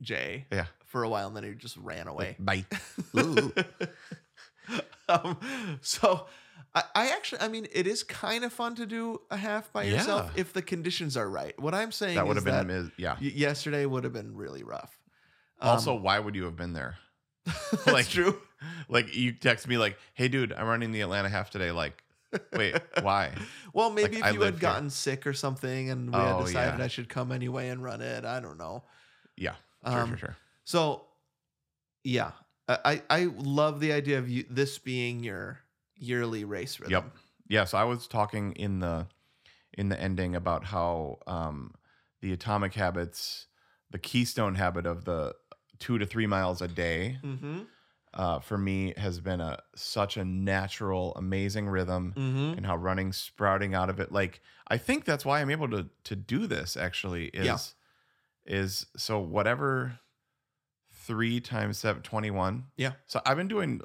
Speaker 1: Jay
Speaker 2: Yeah.
Speaker 1: for a while, and then he just ran away.
Speaker 2: Bye. Ooh.
Speaker 1: um, so I, I actually, I mean, it is kind of fun to do a half by yourself
Speaker 2: Yeah.
Speaker 1: if the conditions are right. What I'm saying
Speaker 2: That would
Speaker 1: is
Speaker 2: have been.
Speaker 1: that
Speaker 2: mis- yeah.
Speaker 1: y- yesterday would have been really rough. Um,
Speaker 2: also, why would you have been there?
Speaker 1: that's
Speaker 2: like-
Speaker 1: true.
Speaker 2: Like you text me like, "Hey, dude, I'm running the Atlanta half today." Like, wait, why?
Speaker 1: Well, maybe
Speaker 2: I
Speaker 1: if you had
Speaker 2: live here.
Speaker 1: gotten sick or something, and we had
Speaker 2: Oh,
Speaker 1: decided
Speaker 2: yeah.
Speaker 1: I should come anyway and run it. I don't know.
Speaker 2: Yeah. Sure,
Speaker 1: Um,
Speaker 2: sure, sure.
Speaker 1: So, yeah, I I I love the idea of you, this being your yearly race rhythm.
Speaker 2: Yep. Yeah, so I was talking in the in the ending about how um, the atomic habits, the keystone habit of the two to three miles a day,
Speaker 1: Mm-hmm.
Speaker 2: uh, for me has been a such a natural, amazing rhythm,
Speaker 1: Mm-hmm.
Speaker 2: and how running sprouting out of it. Like I think that's why I'm able to to do this. Actually, is
Speaker 1: Yeah.
Speaker 2: is so whatever three times seven, 21.
Speaker 1: Yeah.
Speaker 2: So I've been doing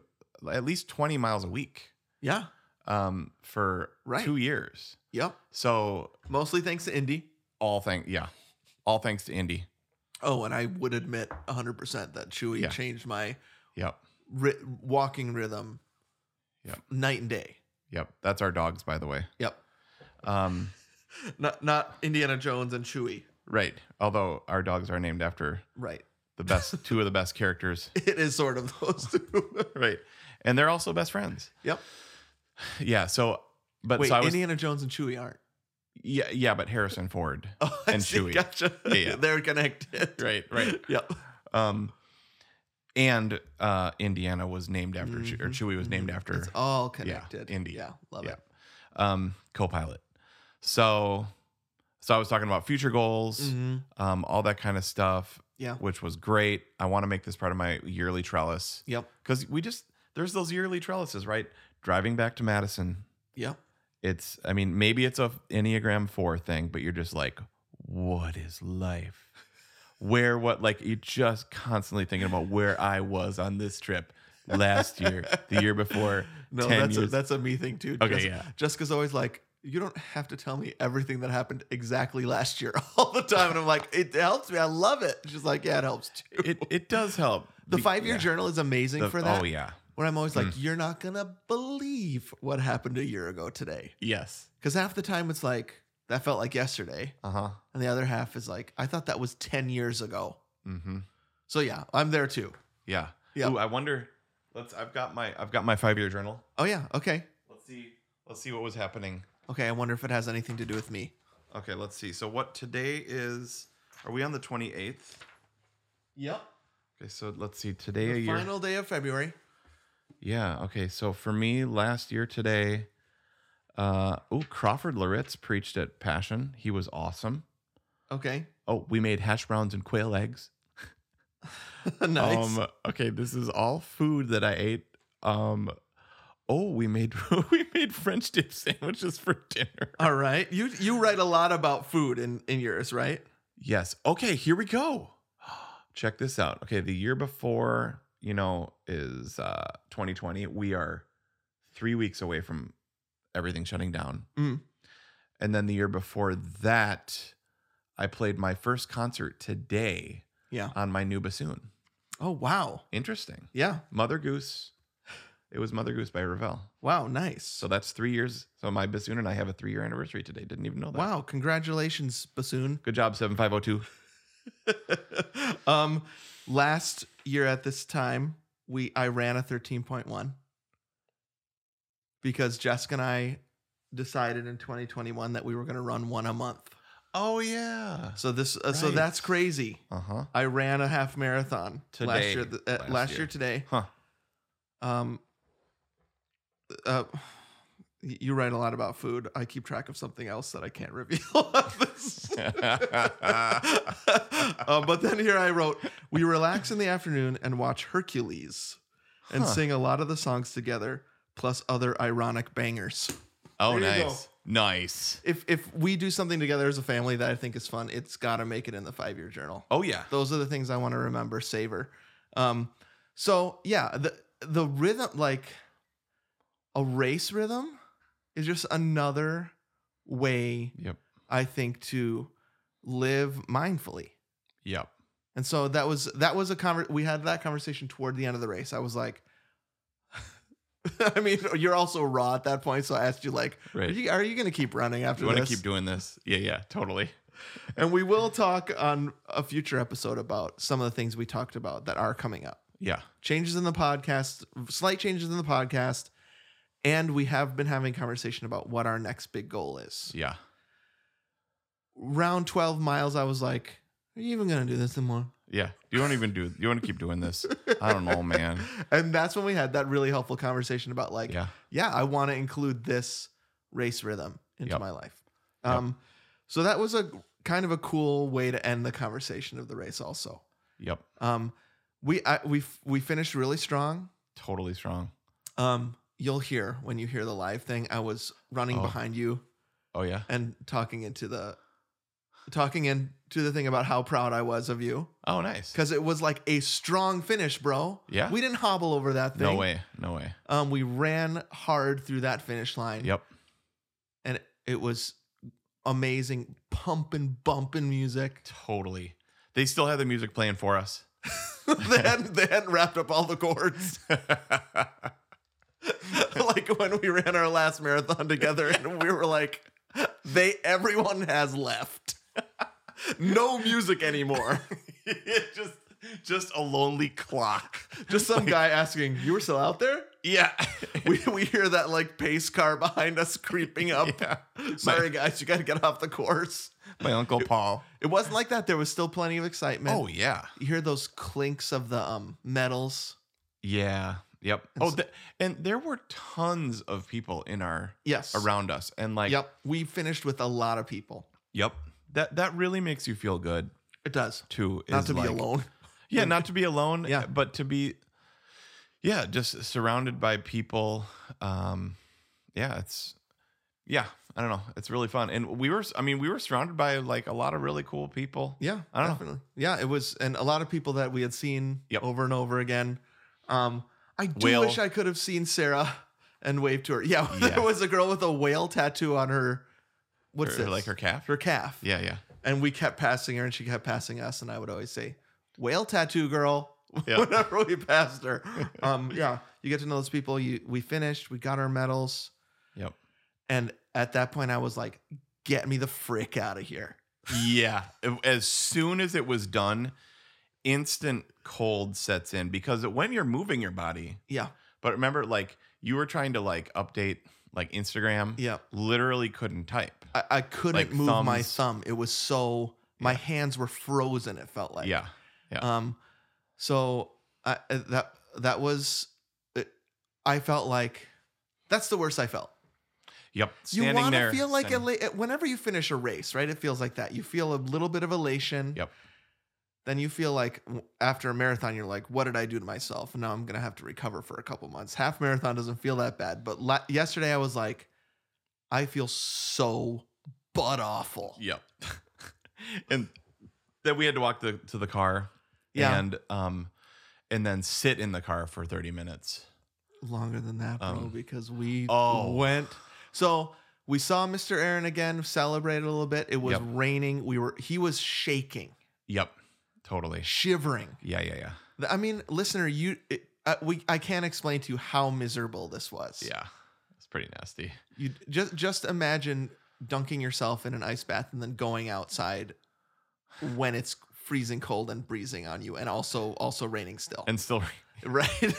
Speaker 2: at least twenty miles a week
Speaker 1: Yeah.
Speaker 2: um, for
Speaker 1: Right.
Speaker 2: two years.
Speaker 1: Yep.
Speaker 2: So
Speaker 1: Mostly thanks to Indy.
Speaker 2: all thanks, yeah, all thanks to Indy.
Speaker 1: Oh, and I would admit 100% that Chewy
Speaker 2: Yeah.
Speaker 1: changed my
Speaker 2: Yep,
Speaker 1: ri- walking rhythm
Speaker 2: Yep.
Speaker 1: night and day.
Speaker 2: yep. That's our dogs, by the way.
Speaker 1: Yep.
Speaker 2: Um,
Speaker 1: Not not Indiana Jones and Chewy.
Speaker 2: right. Although our dogs are named after
Speaker 1: Right.
Speaker 2: the best, two of the best characters.
Speaker 1: It is sort of those two.
Speaker 2: Right, and they're also best friends.
Speaker 1: yep.
Speaker 2: Yeah. So, but
Speaker 1: Wait,
Speaker 2: so I was,
Speaker 1: Indiana Jones and Chewy aren't.
Speaker 2: yeah, yeah. But Harrison Ford.
Speaker 1: Oh, I
Speaker 2: And
Speaker 1: see.
Speaker 2: Chewie.
Speaker 1: Gotcha.
Speaker 2: Yeah, yeah.
Speaker 1: They're connected.
Speaker 2: right, right.
Speaker 1: Yep.
Speaker 2: Um, and uh, Indiana was named after, Chew or
Speaker 1: Mhm,
Speaker 2: Chewie was named
Speaker 1: mhm.
Speaker 2: after.
Speaker 1: It's all connected.
Speaker 2: Indy.
Speaker 1: Yeah. Love
Speaker 2: yeah.
Speaker 1: it.
Speaker 2: Um, co-pilot. So, so I was talking about future goals,
Speaker 1: Mhm.
Speaker 2: um, all that kind of stuff,
Speaker 1: Yeah.
Speaker 2: which was great. I want to make this part of my yearly trellis
Speaker 1: Yep.
Speaker 2: because we just there's those yearly trellises, right? Driving back to Madison,
Speaker 1: Yep.
Speaker 2: it's I mean maybe it's a Enneagram Four thing, but you're just like, what is life? Where what like you're just constantly thinking about where I was on this trip last year, the year before.
Speaker 1: No,
Speaker 2: 10
Speaker 1: that's a,
Speaker 2: years.
Speaker 1: that's a me thing too.
Speaker 2: Okay,
Speaker 1: Jes-
Speaker 2: yeah.
Speaker 1: Jessica's always like, you don't have to tell me everything that happened exactly last year all the time, and I'm like, it helps me. I love it. She's like, yeah, it helps too.
Speaker 2: it it does help.
Speaker 1: the
Speaker 2: Be-
Speaker 1: five year
Speaker 2: yeah.
Speaker 1: journal is amazing
Speaker 2: The-
Speaker 1: for that.
Speaker 2: Oh yeah. Mm.
Speaker 1: Where I'm always like, you're not gonna believe what happened a year ago today,
Speaker 2: Yes.
Speaker 1: because half the time it's like that felt like yesterday,
Speaker 2: Uh huh.
Speaker 1: and the other half is like, I thought that was ten years ago.
Speaker 2: Mm-hmm.
Speaker 1: So yeah, I'm there too.
Speaker 2: Yeah.
Speaker 1: Yeah.
Speaker 2: Ooh, I wonder. Let's. I've got my. I've got my five year journal.
Speaker 1: Oh yeah, okay,
Speaker 2: Let's see. Let's see what was happening.
Speaker 1: okay. I wonder if it has anything to do with me.
Speaker 2: Okay. Let's see. So what today is? Are we on the twenty eighth?
Speaker 1: Yep.
Speaker 2: Okay. So let's see. Today a
Speaker 1: The
Speaker 2: year.
Speaker 1: final day of February.
Speaker 2: Yeah. Okay. So for me, last year today. Uh, oh, Crawford Loritz preached at Passion. He was awesome.
Speaker 1: Okay.
Speaker 2: Oh, we made hash browns and quail eggs.
Speaker 1: nice.
Speaker 2: Um, okay, this is all food that I ate. Um, oh, we made we made French dip sandwiches for dinner.
Speaker 1: All right. You you write a lot about food in in yours, right?
Speaker 2: Yes. Okay, here we go. Check this out. Okay, the year before, you know, is uh 2020. We are 3 weeks away from everything shutting down.
Speaker 1: Mm.
Speaker 2: And then the year before that, I played my first concert today
Speaker 1: Yeah.
Speaker 2: on my new bassoon.
Speaker 1: Oh wow.
Speaker 2: Interesting.
Speaker 1: Yeah.
Speaker 2: Mother Goose. It was Mother Goose by Ravel.
Speaker 1: Wow. Nice.
Speaker 2: So that's three years. So my bassoon and I have a three year anniversary today. Didn't even know that.
Speaker 1: Wow. Congratulations, bassoon.
Speaker 2: Good job, 7502.
Speaker 1: um, last year at this time, we I ran a thirteen point one because Jessica and I decided in 2021 that we were going to run one a month.
Speaker 2: Oh, yeah.
Speaker 1: So this uh, so
Speaker 2: Right.
Speaker 1: that's crazy.
Speaker 2: Uh huh.
Speaker 1: I ran a half marathon last
Speaker 2: Today.
Speaker 1: year. th- uh,
Speaker 2: Last
Speaker 1: last,
Speaker 2: year.
Speaker 1: year today.
Speaker 2: Huh.
Speaker 1: Um. Uh, Y- You write a lot about food. I keep track of something else that I can't reveal. on this. Uh, but then here I wrote, we relax in the afternoon and watch Hercules and
Speaker 2: Huh.
Speaker 1: sing a lot of the songs together, plus other ironic bangers.
Speaker 2: Oh,
Speaker 1: There you go.
Speaker 2: nice. Nice.
Speaker 1: If if we do something together as a family that I think is fun, it's got to make it in the five year journal.
Speaker 2: Oh, yeah.
Speaker 1: Those are the things I want to remember, savor. Um, so yeah, the the rhythm, like a race rhythm, is just another way
Speaker 2: Yep.
Speaker 1: I think to live mindfully.
Speaker 2: Yep.
Speaker 1: And so that was that was a conver- we had that conversation toward the end of the race. I was like, I mean, you're also raw at that point, so I asked you like, are
Speaker 2: Right.
Speaker 1: you, are you going to keep running after
Speaker 2: You want to
Speaker 1: this?
Speaker 2: keep doing this? Yeah, yeah, totally.
Speaker 1: and we will talk on a future episode about some of the things we talked about that are coming up.
Speaker 2: Yeah.
Speaker 1: Changes in the podcast, slight changes in the podcast, and we have been having conversation about what our next big goal is.
Speaker 2: Yeah.
Speaker 1: Round 12 miles, I was like, are you even going to do this anymore?
Speaker 2: Yeah. You don't even do you want to keep doing this? I don't know, man.
Speaker 1: And that's when we had that really helpful conversation about like
Speaker 2: Yeah.
Speaker 1: yeah, I want to include this race rhythm into
Speaker 2: Yep.
Speaker 1: my life.
Speaker 2: Yep.
Speaker 1: Um, So that was a kind of a cool way to end the conversation of the race. Also,
Speaker 2: Yep.
Speaker 1: um, we I, we f- we finished really strong.
Speaker 2: Totally strong.
Speaker 1: Um, you'll hear when you hear the live thing. I was running
Speaker 2: Oh.
Speaker 1: behind you
Speaker 2: Oh yeah.
Speaker 1: and talking into the talking into the thing about how proud I was of you
Speaker 2: Oh nice.
Speaker 1: because it was like a strong finish, bro.
Speaker 2: Yeah.
Speaker 1: we didn't hobble over that thing.
Speaker 2: No way. No way.
Speaker 1: Um, we ran hard through that finish line.
Speaker 2: Yep.
Speaker 1: and it was amazing, pumping, bumping music.
Speaker 2: Totally. They still had the music playing for us.
Speaker 1: they, hadn't, they hadn't wrapped up all the chords like when we ran our last marathon together, and we were like, they everyone has left. No music anymore.
Speaker 2: just just a lonely clock.
Speaker 1: Just some guy asking, "You were still out there?"
Speaker 2: Yeah.
Speaker 1: We, we hear that like pace car behind us creeping up.
Speaker 2: yeah.
Speaker 1: Sorry guys, you got to get off the course.
Speaker 2: My uncle Paul.
Speaker 1: It wasn't like that. There was still plenty of excitement.
Speaker 2: Oh yeah.
Speaker 1: you hear those clinks of the um metals.
Speaker 2: Yeah. Yep.
Speaker 1: And
Speaker 2: Oh,
Speaker 1: so-
Speaker 2: th- and there were tons of people in our
Speaker 1: Yes.
Speaker 2: around us, and like,
Speaker 1: yep. We finished with a lot of people.
Speaker 2: yep. That that really makes you feel good
Speaker 1: It does.
Speaker 2: too.
Speaker 1: Not
Speaker 2: is
Speaker 1: to
Speaker 2: like-
Speaker 1: be alone.
Speaker 2: Yeah, not to be alone.
Speaker 1: Yeah.
Speaker 2: but to be, yeah, just surrounded by people. Um, yeah, it's, yeah, I don't know, it's really fun. And we were, I mean, we were surrounded by like a lot of really cool people.
Speaker 1: Yeah.
Speaker 2: I don't know.
Speaker 1: definitely. Yeah, it was and a lot of people that we had seen
Speaker 2: Yep.
Speaker 1: over and over again. Um I do
Speaker 2: Whale.
Speaker 1: wish I could have seen Sarah and waved to her. Yeah,
Speaker 2: Yeah.
Speaker 1: there was a girl with a whale tattoo on her what's
Speaker 2: Or,
Speaker 1: this?
Speaker 2: Like her calf.
Speaker 1: her calf.
Speaker 2: yeah, yeah,
Speaker 1: And we kept passing her and she kept passing us and I would always say, "Whale tattoo girl."
Speaker 2: Yeah.
Speaker 1: Whenever we passed her. Um yeah, you get to know those people. You we finished, we got our medals.
Speaker 2: yep,
Speaker 1: And at that point, I was like, get me the frick out of here.
Speaker 2: yeah. As soon as it was done, instant cold sets in because when you're moving your body,
Speaker 1: Yeah.
Speaker 2: but remember, like you were trying to like update like Instagram.
Speaker 1: Yeah.
Speaker 2: Literally couldn't type.
Speaker 1: I, I couldn't
Speaker 2: Like
Speaker 1: move my
Speaker 2: thumbs.
Speaker 1: thumb. It was so, my hands were frozen, it felt like.
Speaker 2: yeah.
Speaker 1: Um, so I, uh, that, that was, it, I felt like that's the worst I felt.
Speaker 2: Yep.
Speaker 1: you
Speaker 2: Standing
Speaker 1: want
Speaker 2: there.
Speaker 1: to feel like,
Speaker 2: standing-
Speaker 1: ela- whenever you finish a race, right? It feels like that. You feel a little bit of elation.
Speaker 2: Yep.
Speaker 1: Then you feel like w- after a marathon, you're like, what did I do to myself? And now I'm going to have to recover for a couple months. Half marathon doesn't feel that bad. But la- yesterday, I was like, I feel so butt awful.
Speaker 2: Yep. and then we had to walk the, to the car.
Speaker 1: Yeah.
Speaker 2: And um, and then sit in the car for thirty minutes.
Speaker 1: Longer than that, bro,
Speaker 2: Um,
Speaker 1: because we
Speaker 2: oh.
Speaker 1: went. So we saw Mr. Aaron again, celebrated a little bit. It was
Speaker 2: Yep.
Speaker 1: raining. We were, he was shaking,
Speaker 2: Yep. Totally.
Speaker 1: shivering.
Speaker 2: Yeah. Yeah. Yeah.
Speaker 1: Th- I mean, listener, you, it, uh, we, I can't explain to you how miserable this was.
Speaker 2: Yeah. It's pretty nasty.
Speaker 1: you just just imagine dunking yourself in an ice bath and then going outside when it's freezing cold and breezing on you, and also also raining still,
Speaker 2: And still.
Speaker 1: right?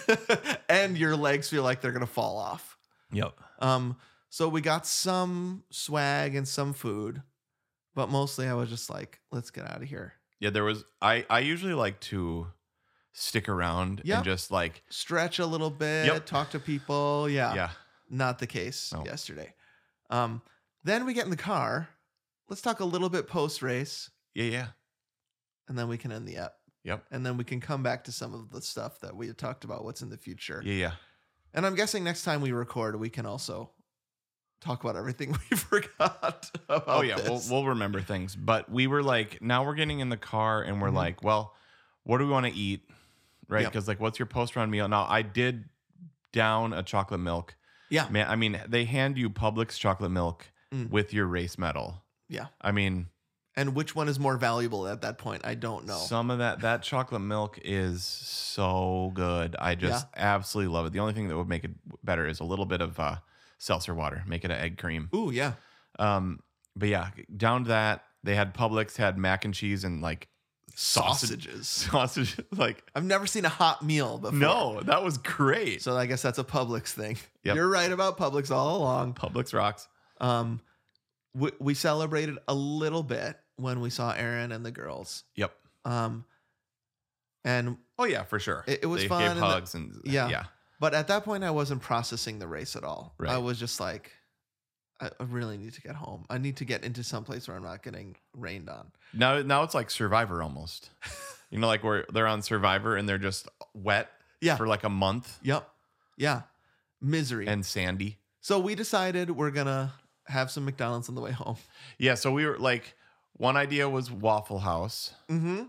Speaker 1: and your legs feel like they're gonna fall off.
Speaker 2: Yep.
Speaker 1: Um, so we got some swag and some food, but mostly I was just like, let's get out of here.
Speaker 2: Yeah. There was. I I usually like to stick around
Speaker 1: Yep.
Speaker 2: and just like.
Speaker 1: Stretch a little bit,
Speaker 2: Yep.
Speaker 1: talk to people. Yeah.
Speaker 2: Yeah.
Speaker 1: not the case
Speaker 2: No.
Speaker 1: yesterday. Um, then we get in the car. Let's talk a little bit post race,
Speaker 2: Yeah, yeah.
Speaker 1: and then we can end the app.
Speaker 2: Yep.
Speaker 1: And then we can come back to some of the stuff that we had talked about, what's in the future.
Speaker 2: Yeah, yeah.
Speaker 1: And I'm guessing next time we record, we can also talk about everything we forgot about.
Speaker 2: Oh yeah, we'll,
Speaker 1: this.
Speaker 2: we'll remember things. But we were like, now we're getting in the car and we're
Speaker 1: Mhm.
Speaker 2: like, well, what do we want to eat? Right?
Speaker 1: Yep.
Speaker 2: Because like, what's your post round meal? Now I did down a chocolate milk.
Speaker 1: Yeah.
Speaker 2: man. I mean, they hand you Publix chocolate milk
Speaker 1: Mm.
Speaker 2: with your race medal.
Speaker 1: Yeah.
Speaker 2: I mean,
Speaker 1: and which one is more valuable at that point? I don't know.
Speaker 2: some of that that chocolate milk is so good. I just absolutely love it. The only thing that would make it better is a little bit of uh, seltzer water. Make it an egg cream.
Speaker 1: Ooh, yeah.
Speaker 2: Um, but yeah, down to that. They had Publix had mac and cheese and like Sausage.
Speaker 1: Sausages.
Speaker 2: sausage. Like,
Speaker 1: I've never seen a hot meal before.
Speaker 2: no, that was great.
Speaker 1: So I guess that's a Publix thing.
Speaker 2: Yep.
Speaker 1: You're right about Publix all along.
Speaker 2: Publix rocks.
Speaker 1: Um, we, we celebrated a little bit when we saw Aaron and the girls.
Speaker 2: Yep.
Speaker 1: Um, and
Speaker 2: Oh yeah, for sure.
Speaker 1: It- it was
Speaker 2: they
Speaker 1: fun
Speaker 2: Gave
Speaker 1: and the-
Speaker 2: hugs and
Speaker 1: yeah.
Speaker 2: yeah, yeah,
Speaker 1: but at that point, I wasn't processing the race at all.
Speaker 2: Right.
Speaker 1: I was just like, I I really need to get home. I need to get into some place where I'm not getting rained on.
Speaker 2: Now, now it's like Survivor almost. you know, like where they're on Survivor and they're just wet.
Speaker 1: Yeah.
Speaker 2: For like a month
Speaker 1: Yep. Yeah. Misery.
Speaker 2: and sandy.
Speaker 1: so we decided we're gonna have some McDonald's on the way home.
Speaker 2: Yeah. So we were like, one idea was Waffle House.
Speaker 1: Mm-hmm.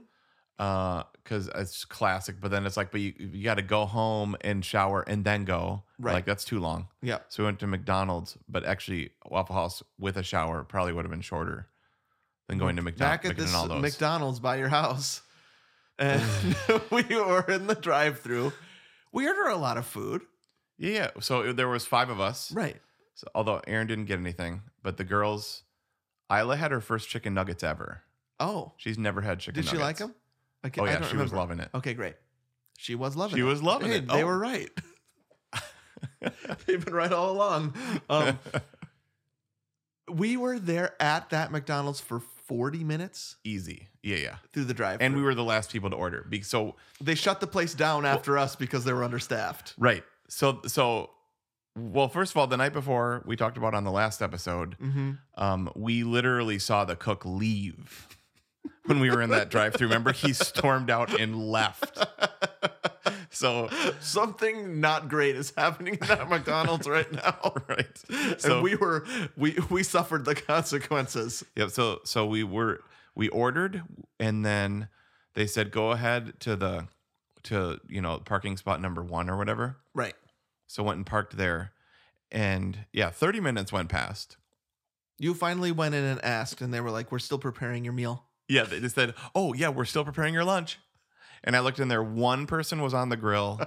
Speaker 2: Uh, cause it's classic, but then it's like, but you, you got to go home and shower and then go.
Speaker 1: Right.
Speaker 2: Like that's too long.
Speaker 1: Yeah.
Speaker 2: So we went to McDonald's, but actually Waffle House with a shower probably would have been shorter than going to McDonald's.
Speaker 1: Back at this uh, McDonald's by your house, and we were in the drive-through. We order a lot of food,
Speaker 2: yeah. So it- there was five of us.
Speaker 1: right?
Speaker 2: So, although Aaron didn't get anything, but the girls, Isla had her first chicken nuggets ever.
Speaker 1: Oh,
Speaker 2: She's never had chicken.
Speaker 1: did she like
Speaker 2: nuggets.
Speaker 1: them? I can't,
Speaker 2: Oh
Speaker 1: I
Speaker 2: yeah, she
Speaker 1: don't
Speaker 2: was
Speaker 1: remember.
Speaker 2: loving it.
Speaker 1: Okay, great. She was loving.
Speaker 2: She
Speaker 1: it.
Speaker 2: was loving
Speaker 1: Hey,
Speaker 2: it.
Speaker 1: They
Speaker 2: Oh.
Speaker 1: were right. They've been right all along. Um, we were there at that McDonald's for forty minutes
Speaker 2: Easy. Yeah, yeah.
Speaker 1: through the drive,
Speaker 2: And we were the last people to order. Be- So
Speaker 1: They shut the place down after us because they were understaffed.
Speaker 2: right. So so. Well, first of all, the night before we talked about on the last episode,
Speaker 1: Mm-hmm.
Speaker 2: um, we literally saw the cook leave when we were in that drive-through. Remember, he stormed out and left. So,
Speaker 1: Something not great is happening at McDonald's right now.
Speaker 2: right.
Speaker 1: and
Speaker 2: So
Speaker 1: we were we we suffered the consequences.
Speaker 2: Yep. So so we were we ordered and then they said go ahead to the to you know parking spot number one or whatever.
Speaker 1: Right.
Speaker 2: So went and parked there, and yeah, thirty minutes went past.
Speaker 1: You finally went in and asked, and they were like, "We're still preparing your meal."
Speaker 2: Yeah, they just said, oh yeah, we're still preparing your lunch. And I looked in there. One person was on the grill.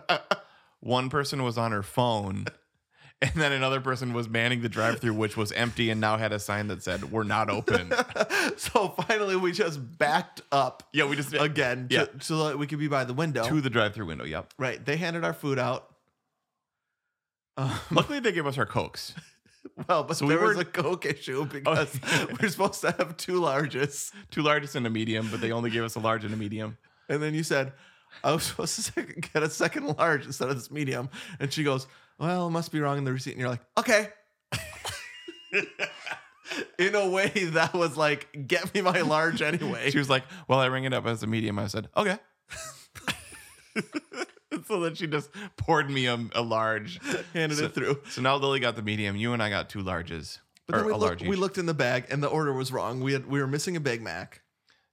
Speaker 2: one person was on her phone. And then another person was manning the drive-through, which was empty, and now had a sign that said "We're not open."
Speaker 1: so finally, we just backed up
Speaker 2: yeah, we just
Speaker 1: again to,
Speaker 2: Yeah.
Speaker 1: so that we could be by the window.
Speaker 2: to the drive-through window. Yep.
Speaker 1: right. They handed our food out. Um,
Speaker 2: Luckily, they gave us our cokes.
Speaker 1: well, but
Speaker 2: So we
Speaker 1: there was
Speaker 2: were-
Speaker 1: a Coke issue because we're supposed to have two larges.
Speaker 2: two largest and a medium, but they only gave us a large and a medium.
Speaker 1: And then you said, I was supposed to sec- get a second large instead of this medium. And she goes, Well, it must be wrong in the receipt. And you're like, Okay. in a way, that was like, Get me my large anyway.
Speaker 2: She was like, "Well, I ring it up as a medium." I said, "Okay." so then she just poured me a, a large,
Speaker 1: Handed
Speaker 2: so,
Speaker 1: it through.
Speaker 2: So now Lily got the medium. You and I got two larges,
Speaker 1: But then
Speaker 2: or
Speaker 1: we,
Speaker 2: a
Speaker 1: looked,
Speaker 2: large
Speaker 1: we
Speaker 2: each.
Speaker 1: looked in the bag and the order was wrong. We, had, we were missing a Big Mac.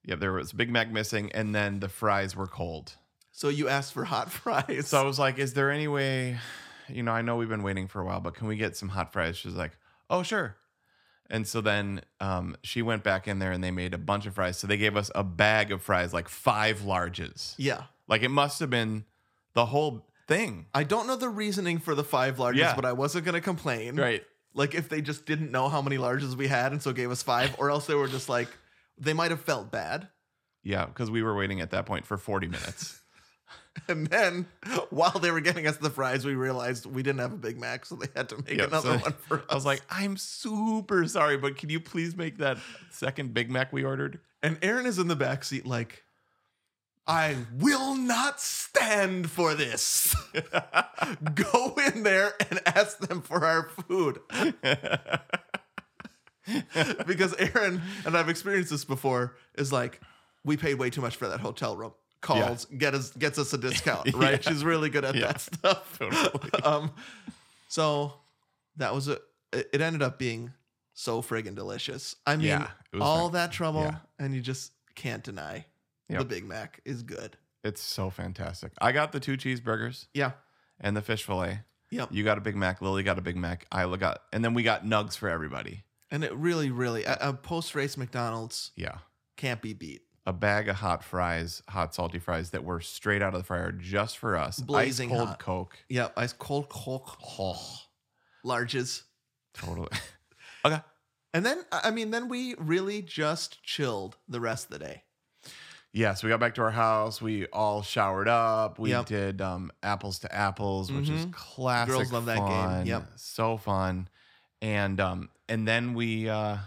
Speaker 2: Yep, there was Big Mac missing, and then the fries were cold.
Speaker 1: So you asked for hot fries.
Speaker 2: So I was like, "Is there any way?" You know, I know we've been waiting for a while, but can we get some hot fries? She's like, "Oh, sure." And so then um, she went back in there, and they made a bunch of fries. So they gave us a bag of fries, like five larges.
Speaker 1: yeah.
Speaker 2: Like it must have been the whole thing.
Speaker 1: I don't know the reasoning for the five larges,
Speaker 2: Yeah.
Speaker 1: but I wasn't going to complain.
Speaker 2: Right.
Speaker 1: Like if they just didn't know how many larges we had and so gave us five, or else they were just like, they might have felt bad.
Speaker 2: Yeah, because we were waiting at that point for 40 minutes.
Speaker 1: And then while they were getting us the fries, we realized we didn't have a Big Mac, so they had to make
Speaker 2: Yeah,
Speaker 1: another
Speaker 2: so
Speaker 1: one for us.
Speaker 2: I was like, I'm super sorry, but can you please make that second Big Mac we ordered?
Speaker 1: and Aaron is in the back seat, like, I will not stand for this. Go in there and ask them for our food. because Aaron, and I've experienced this before, is like, we paid way too much for that hotel room. Calls, get us gets us a discount, right?
Speaker 2: Yeah.
Speaker 1: She's really good at
Speaker 2: Yeah.
Speaker 1: that stuff.
Speaker 2: Totally.
Speaker 1: um so that was a it it ended up being so friggin' delicious. I mean
Speaker 2: Yeah, it was
Speaker 1: all
Speaker 2: fan-
Speaker 1: that trouble
Speaker 2: yeah.
Speaker 1: and you just can't deny the
Speaker 2: Yep.
Speaker 1: Big Mac is good.
Speaker 2: It's so fantastic. I got the two cheeseburgers
Speaker 1: Yeah.
Speaker 2: and the fish fillet.
Speaker 1: Yep.
Speaker 2: You got a Big Mac. Lily got a Big Mac. Isla got, and then we got nugs for everybody.
Speaker 1: And it really, really a, a post race McDonald's
Speaker 2: Yeah.
Speaker 1: can't be beat.
Speaker 2: A bag of hot fries, hot salty fries that were straight out of the fryer just for us.
Speaker 1: Blazing
Speaker 2: Ice cold
Speaker 1: hot.
Speaker 2: Coke.
Speaker 1: Yep, ice cold Coke
Speaker 2: Oh,
Speaker 1: larges.
Speaker 2: totally.
Speaker 1: And then I I mean then we really just chilled the rest of the day.
Speaker 2: Yeah, so we got back to our house. We all showered up. We
Speaker 1: Yep.
Speaker 2: did um, apples to apples, which is
Speaker 1: Mhm.
Speaker 2: classic.
Speaker 1: Girls love that game.
Speaker 2: fun,
Speaker 1: Yep.
Speaker 2: so fun. And um, and then we uh,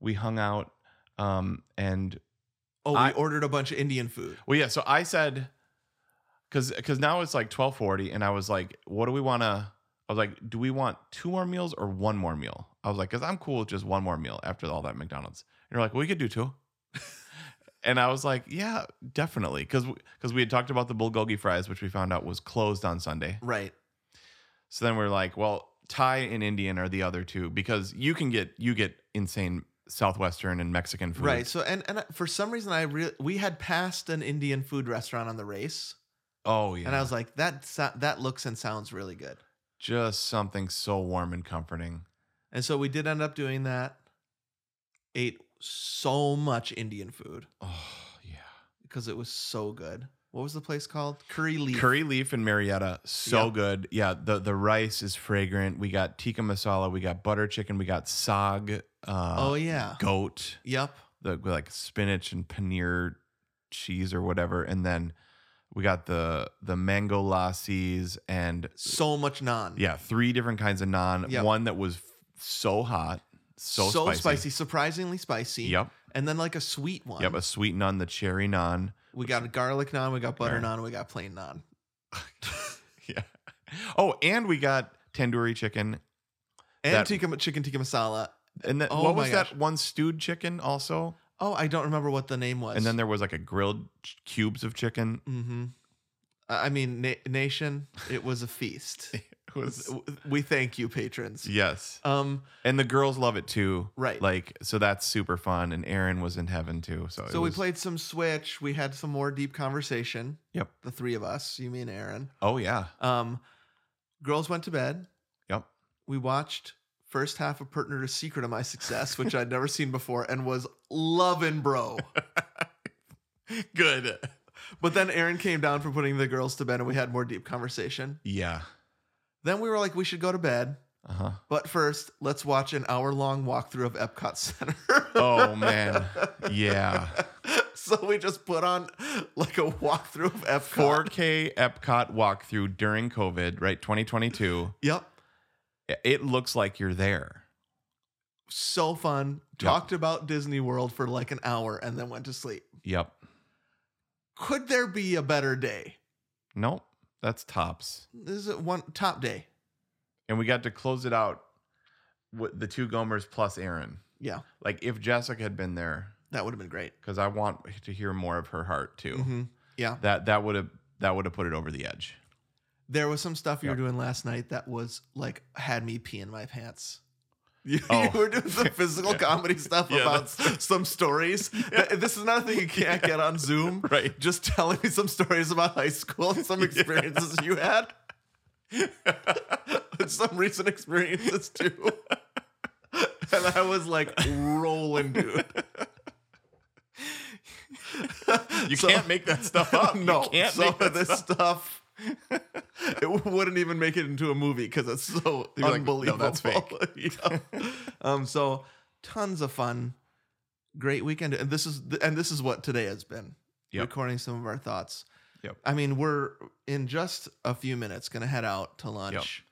Speaker 2: we hung out. Um, and
Speaker 1: Oh, we
Speaker 2: I-
Speaker 1: ordered a bunch of Indian food.
Speaker 2: well, yeah. So I said, because because now it's like twelve forty, and I was like, what do we want to? I was like, do we want two more meals or one more meal? I was like, because I'm cool with just one more meal after all that McDonald's. And you're like, well, we could do two. and I was like, yeah, definitely, because because we had talked about the bulgogi fries, which we found out was closed on Sunday.
Speaker 1: Right.
Speaker 2: So then we're like, well, Thai and Indian are the other two because you can get you get insane southwestern and Mexican food.
Speaker 1: Right. So and and for some reason I re- we had passed an Indian food restaurant on the race
Speaker 2: Oh yeah.
Speaker 1: and I was like that so- that looks and sounds really good.
Speaker 2: just something so warm and comforting.
Speaker 1: And so we did end up doing that. Ate so much Indian food
Speaker 2: Oh yeah.
Speaker 1: because it was so good. What was the place called? Curry Leaf.
Speaker 2: Curry leaf and Marietta, so
Speaker 1: Yep.
Speaker 2: good. Yeah, the the rice is fragrant. We got tikka masala, we got butter chicken, we got sag, uh,
Speaker 1: Oh yeah.
Speaker 2: goat,
Speaker 1: Yep.
Speaker 2: the like spinach and paneer cheese or whatever, and then we got the the mango lassis and
Speaker 1: So much naan.
Speaker 2: yeah, three different kinds of naan.
Speaker 1: Yep.
Speaker 2: One that was f- so hot, so, spicy.
Speaker 1: surprisingly spicy.
Speaker 2: Yep,
Speaker 1: And then like a sweet one.
Speaker 2: yep. A sweet naan, the cherry naan.
Speaker 1: we got a garlic naan, we got butter
Speaker 2: Alright.
Speaker 1: naan, we got plain naan.
Speaker 2: Yeah. Oh, and we got tandoori chicken
Speaker 1: And
Speaker 2: That-
Speaker 1: tikka, chicken tikka masala.
Speaker 2: And then
Speaker 1: Oh
Speaker 2: what
Speaker 1: my
Speaker 2: was
Speaker 1: gosh.
Speaker 2: that one stewed chicken also?
Speaker 1: Oh, I don't remember what the name was.
Speaker 2: And then there was like a grilled ch- cubes of chicken.
Speaker 1: Mm-hmm. I mean, na- nation, it was a feast.
Speaker 2: It was
Speaker 1: we thank you, patrons.
Speaker 2: yes,
Speaker 1: Um,
Speaker 2: and the girls love it too.
Speaker 1: Right.
Speaker 2: like so that's super fun. And Aaron was in heaven too. So it
Speaker 1: so we
Speaker 2: was-
Speaker 1: played some Switch. We had some more deep conversation.
Speaker 2: Yep.
Speaker 1: The three of us, you, me, and Aaron.
Speaker 2: Oh yeah,
Speaker 1: Um, girls went to bed.
Speaker 2: Yep.
Speaker 1: We watched first half of Partner's Secret of My Success, which I'd never seen before, and was loving, bro.
Speaker 2: good.
Speaker 1: But then Aaron came down for putting the girls to bed, and we had more deep conversation.
Speaker 2: Yeah.
Speaker 1: Then we were like, we should go to bed.
Speaker 2: Uh huh.
Speaker 1: But first, let's watch an hour long walkthrough of Epcot Center.
Speaker 2: Oh man. Yeah.
Speaker 1: so we just put on like a walkthrough of Epcot.
Speaker 2: 4K Epcot walkthrough during COVID, right? 2022.
Speaker 1: Yep.
Speaker 2: It looks like you're there.
Speaker 1: So fun. Talked about Disney World for like an hour and then went to sleep.
Speaker 2: Yep.
Speaker 1: Could there be a better day?
Speaker 2: Nope. That's tops.
Speaker 1: This is one top day.
Speaker 2: and we got to close it out with the two Gomers plus Aaron.
Speaker 1: Yeah,
Speaker 2: Like if Jessica had been there,
Speaker 1: that would have been great.
Speaker 2: because I want to hear more of her heart too.
Speaker 1: Mhm. Yeah.
Speaker 2: That that would have that would have put it over the edge.
Speaker 1: There was some stuff you
Speaker 2: Yep.
Speaker 1: were doing last night that was like had me peeing my pants. You,
Speaker 2: Oh.
Speaker 1: you were doing some physical comedy stuff
Speaker 2: Yeah,
Speaker 1: about s- some stories. Th- This is another thing you can't get on Zoom.
Speaker 2: Right.
Speaker 1: Just telling me some stories about high school and some experiences you had. and some recent experiences too. and I was like rolling, dude.
Speaker 2: You
Speaker 1: So-
Speaker 2: can't make that stuff up.
Speaker 1: no,
Speaker 2: you can't
Speaker 1: some
Speaker 2: make
Speaker 1: of
Speaker 2: that
Speaker 1: this
Speaker 2: stuff.
Speaker 1: stuff. it wouldn't even make it into a movie because it's so
Speaker 2: They'd be like, "No,
Speaker 1: unbelievable.
Speaker 2: that's
Speaker 1: Yeah. um, so tons of fun, great weekend, and this is and this is what today has been.
Speaker 2: Yep.
Speaker 1: Recording some of our thoughts.
Speaker 2: Yep.
Speaker 1: I mean, we're in just a few minutes gonna head out to lunch.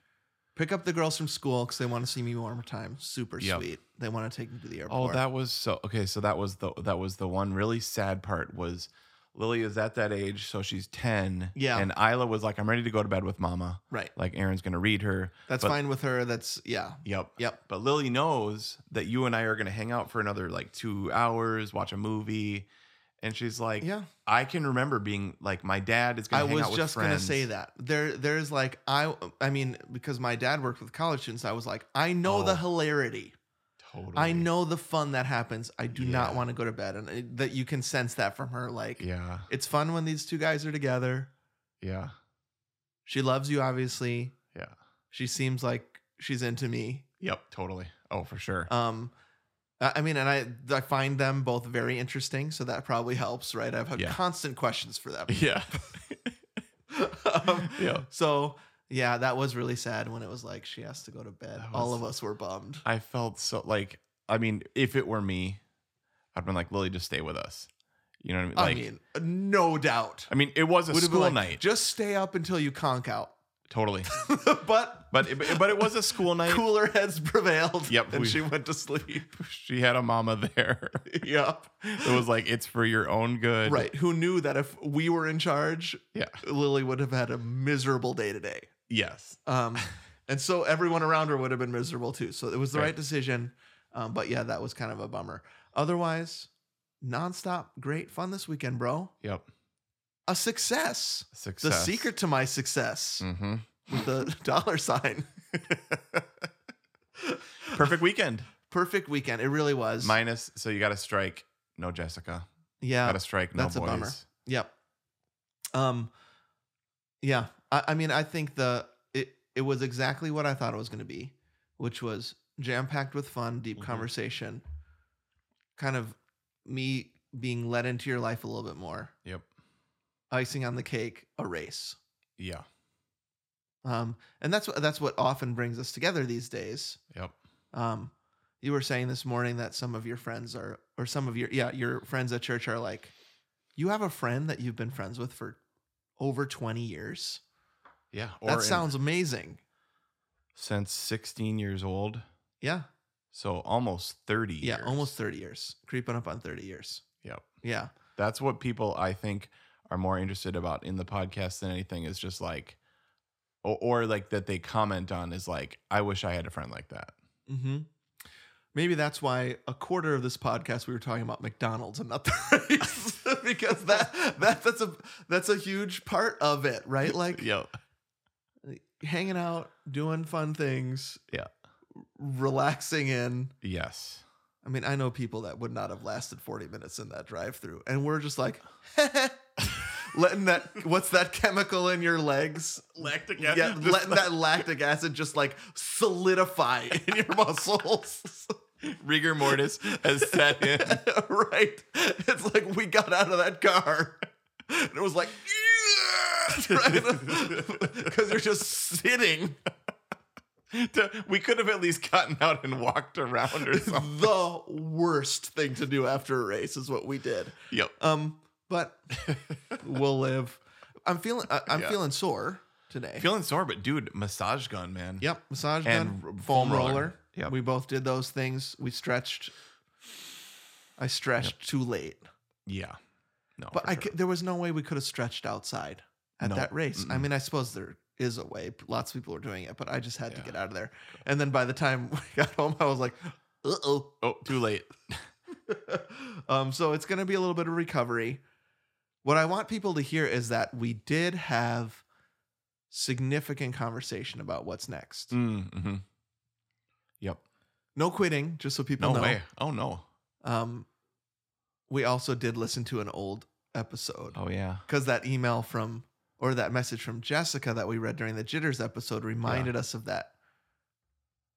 Speaker 1: Pick up the girls from school because they want to see me one more time. Super
Speaker 2: Yep.
Speaker 1: sweet. They want to take me to the
Speaker 2: Oh,
Speaker 1: airport.
Speaker 2: that was so okay. So that was the that was the one really sad part was Lily is at that age, so she's 10.
Speaker 1: Yeah.
Speaker 2: And Isla was like, I'm ready to go to bed with mama.
Speaker 1: Right.
Speaker 2: Like, Aaron's going to read her.
Speaker 1: That's
Speaker 2: But-
Speaker 1: fine with her. That's yeah.
Speaker 2: Yep.
Speaker 1: Yep.
Speaker 2: But Lily knows that you and I are going to hang out for another like two hours, watch a movie. And she's like,
Speaker 1: Yeah.
Speaker 2: I can remember being like, my dad is going
Speaker 1: I
Speaker 2: to hang
Speaker 1: was
Speaker 2: out with
Speaker 1: just
Speaker 2: friends.
Speaker 1: gonna say that there there's like I I mean because my dad worked with college students I was like I know
Speaker 2: Oh.
Speaker 1: the hilarity
Speaker 2: Totally.
Speaker 1: I know the fun that happens I do not
Speaker 2: Yeah.
Speaker 1: want to go to bed and it, that you can sense that from her like
Speaker 2: Yeah.
Speaker 1: it's fun when these two guys are together
Speaker 2: Yeah.
Speaker 1: she loves you obviously
Speaker 2: Yeah.
Speaker 1: she seems like she's into me
Speaker 2: Yep. Totally. Oh, for sure.
Speaker 1: um I I mean and I I find them both very interesting so that probably helps right I've had
Speaker 2: Yeah.
Speaker 1: constant questions for them
Speaker 2: yeah.
Speaker 1: um,
Speaker 2: Yeah.
Speaker 1: So yeah, that was really sad when it was like she has to go to bed.
Speaker 2: That
Speaker 1: All
Speaker 2: was-
Speaker 1: of us were bummed.
Speaker 2: I felt so like, I mean, if it were me, I'd been like, Lily, just stay with us. You know what I mean? Like,
Speaker 1: I mean, no doubt.
Speaker 2: I mean, it was a
Speaker 1: Would've been
Speaker 2: school
Speaker 1: like,
Speaker 2: night.
Speaker 1: Just stay up until you conk out.
Speaker 2: totally.
Speaker 1: but
Speaker 2: But it, but it was a school night.
Speaker 1: cooler heads prevailed.
Speaker 2: Yep,
Speaker 1: and
Speaker 2: we-
Speaker 1: she went to sleep.
Speaker 2: She had a mama there.
Speaker 1: yep.
Speaker 2: It was like it's for your own good.
Speaker 1: Right. Who knew that if we were in charge,
Speaker 2: Yeah.
Speaker 1: Lily would have had a miserable day today.
Speaker 2: Yes.
Speaker 1: Um, and so everyone around her would have been miserable too. So it was the right,
Speaker 2: Right.
Speaker 1: decision. Um, but yeah, that was kind of a bummer. Otherwise, nonstop great fun this weekend, bro.
Speaker 2: Yep.
Speaker 1: A success. Mm.
Speaker 2: Success.
Speaker 1: The secret to my success
Speaker 2: Mm-hmm.
Speaker 1: with the dollar sign.
Speaker 2: Perfect weekend.
Speaker 1: Perfect weekend. It really was.
Speaker 2: Minus. So you got to strike. No Jessica.
Speaker 1: yeah.
Speaker 2: got to strike. No
Speaker 1: that's a
Speaker 2: boys.
Speaker 1: bummer. Yep. Um. Yeah. I, I mean, I think the it it was exactly what I thought it was going to be, which was jam packed with fun, deep
Speaker 2: Mhm.
Speaker 1: conversation, kind of me being let into your life a little bit more,
Speaker 2: Yep.
Speaker 1: icing on the cake, a race.
Speaker 2: Yeah.
Speaker 1: Um. And that's what that's what often brings us together these days.
Speaker 2: Yep.
Speaker 1: Um. You were saying this morning that some of your friends are, or some of your, yeah, your friends at church are like, you have a friend that you've been friends with for over 20 years.
Speaker 2: Yeah.
Speaker 1: that
Speaker 2: in-
Speaker 1: sounds amazing.
Speaker 2: since 16 years old.
Speaker 1: Yeah.
Speaker 2: So almost 30.
Speaker 1: Yeah.
Speaker 2: years.
Speaker 1: Almost 30 years. Creeping up on 30 years.
Speaker 2: Yep.
Speaker 1: Yeah.
Speaker 2: That's what people I think are more interested about in the podcast than anything is just like, or, or like that they comment on is like, I wish I had a friend like that.
Speaker 1: Mm-hmm. Maybe that's why a quarter of this podcast we were talking about McDonald's and not the race. because that that that's a that's a huge part of it, right? Like
Speaker 2: Yep.
Speaker 1: hanging out, doing fun things.
Speaker 2: Yeah.
Speaker 1: Relaxing in.
Speaker 2: Yes.
Speaker 1: I mean, I know people that would not have lasted 40 minutes in that drive through. And we're just like, letting that, what's that chemical in your legs?
Speaker 2: Lactic
Speaker 1: yeah, letting that lactic acid just like solidify in your muscles.
Speaker 2: rigor mortis has set in.
Speaker 1: right? It's like we got out of that car. And it was like, because you're just sitting
Speaker 2: To- we could have at least gotten out and walked around or something.
Speaker 1: the worst thing to do after a race is what we did.
Speaker 2: yep.
Speaker 1: Um, but we'll live. I'm feeling. I, I'm
Speaker 2: Yeah.
Speaker 1: feeling sore today.
Speaker 2: Feeling sore, but dude, massage gun, man.
Speaker 1: yep, massage gun,
Speaker 2: And r-
Speaker 1: foam
Speaker 2: foam
Speaker 1: roller.
Speaker 2: roller. Yep.
Speaker 1: We both did those things. We stretched. I stretched too late,
Speaker 2: Yeah. No.
Speaker 1: but
Speaker 2: Oh, for
Speaker 1: I
Speaker 2: sure.
Speaker 1: c- there was no way we could have stretched outside at
Speaker 2: No.
Speaker 1: that race. I
Speaker 2: Mm-mm.
Speaker 1: mean, I suppose there is a way. Lots of people were doing it, but I just had to
Speaker 2: Yeah.
Speaker 1: get out of there. And then by the time we got home, I was like, uh oh.
Speaker 2: Oh, too late.
Speaker 1: um, so it's going to be a little bit of recovery. What I want people to hear is that we did have significant conversation about what's next.
Speaker 2: Mm, hmm Yep.
Speaker 1: No quitting, just so people
Speaker 2: No
Speaker 1: know.
Speaker 2: way. Oh no.
Speaker 1: Um, we also did listen to an old episode
Speaker 2: Oh yeah.
Speaker 1: because that email from or that message from Jessica that we read during the Jitters episode reminded us of that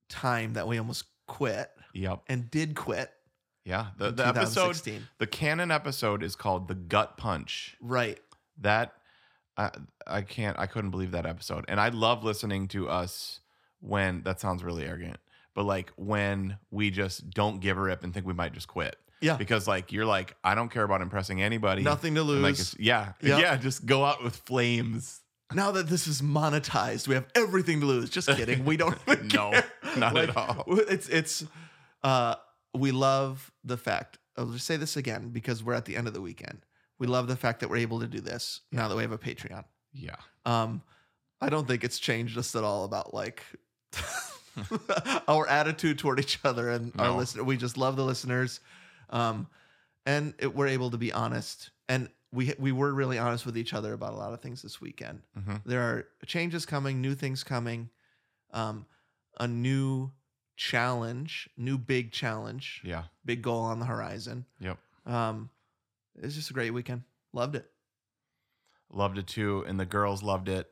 Speaker 1: time that we almost quit
Speaker 2: Yep.
Speaker 1: and did quit.
Speaker 2: Yeah. The
Speaker 1: in
Speaker 2: the episode
Speaker 1: 2016.
Speaker 2: the canon episode is called the gut punch.
Speaker 1: right?
Speaker 2: that I I can't I couldn't believe that episode. And I love listening to us when that sounds really arrogant, but like when we just don't give a rip and think we might just quit.
Speaker 1: Yeah.
Speaker 2: Because like you're like, I don't care about impressing anybody.
Speaker 1: Nothing to lose.
Speaker 2: And, Like it's, yeah.
Speaker 1: Yeah.
Speaker 2: Yeah. Just go out with flames.
Speaker 1: now that this is monetized, we have everything to lose. Just kidding. We don't. really
Speaker 2: No,
Speaker 1: care.
Speaker 2: not at all.
Speaker 1: It's it's. Uh, we love the fact. I'll just say this again because we're at the end of the weekend. We love the fact that we're able to do this now that we have a Patreon.
Speaker 2: Yeah.
Speaker 1: Um, I don't think it's changed us at all about like our attitude toward each other and our
Speaker 2: No.
Speaker 1: listener. We just love the listeners, um, and it, we're able to be honest. And we we were really honest with each other about a lot of things this weekend.
Speaker 2: hmm
Speaker 1: There are changes coming, new things coming, um, a new challenge, new big challenge,
Speaker 2: Yeah.
Speaker 1: big goal on the horizon.
Speaker 2: Yep.
Speaker 1: Um, it's just a great weekend. Loved it.
Speaker 2: Loved it too. And the girls loved it.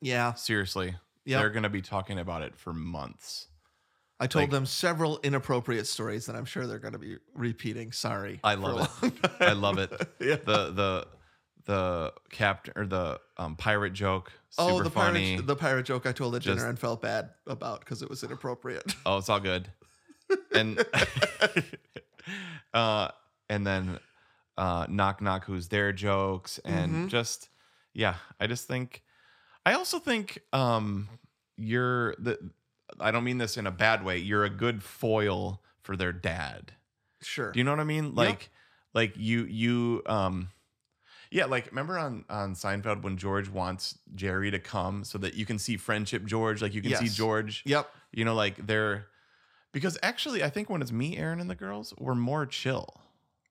Speaker 1: Yeah,
Speaker 2: Seriously.
Speaker 1: yeah.
Speaker 2: They're going to be talking about it for months.
Speaker 1: I told
Speaker 2: Like-
Speaker 1: them several inappropriate stories that I'm sure they're going to be repeating. Sorry.
Speaker 2: I love
Speaker 1: it.
Speaker 2: I love it.
Speaker 1: yeah.
Speaker 2: The, the, the captain or the um, pirate joke. Super
Speaker 1: oh, the
Speaker 2: funny.
Speaker 1: pirate, the pirate joke I told at dinner
Speaker 2: Just-
Speaker 1: and felt bad about because it was inappropriate.
Speaker 2: Oh, it's all good. And uh and then uh knock knock who's there jokes and
Speaker 1: Mhm.
Speaker 2: just yeah, I just think I also think um you're the I don't mean this in a bad way. You're a good foil for their dad.
Speaker 1: Sure.
Speaker 2: Do you know what I mean?
Speaker 1: Yeah.
Speaker 2: Like like you you um yeah, like remember on on Seinfeld when George wants Jerry to come so that you can see friendship George, like you can see
Speaker 1: Yes.
Speaker 2: George
Speaker 1: yep.
Speaker 2: you know, like they're because actually I think when it's me, Aaron, and the girls, we're more chill.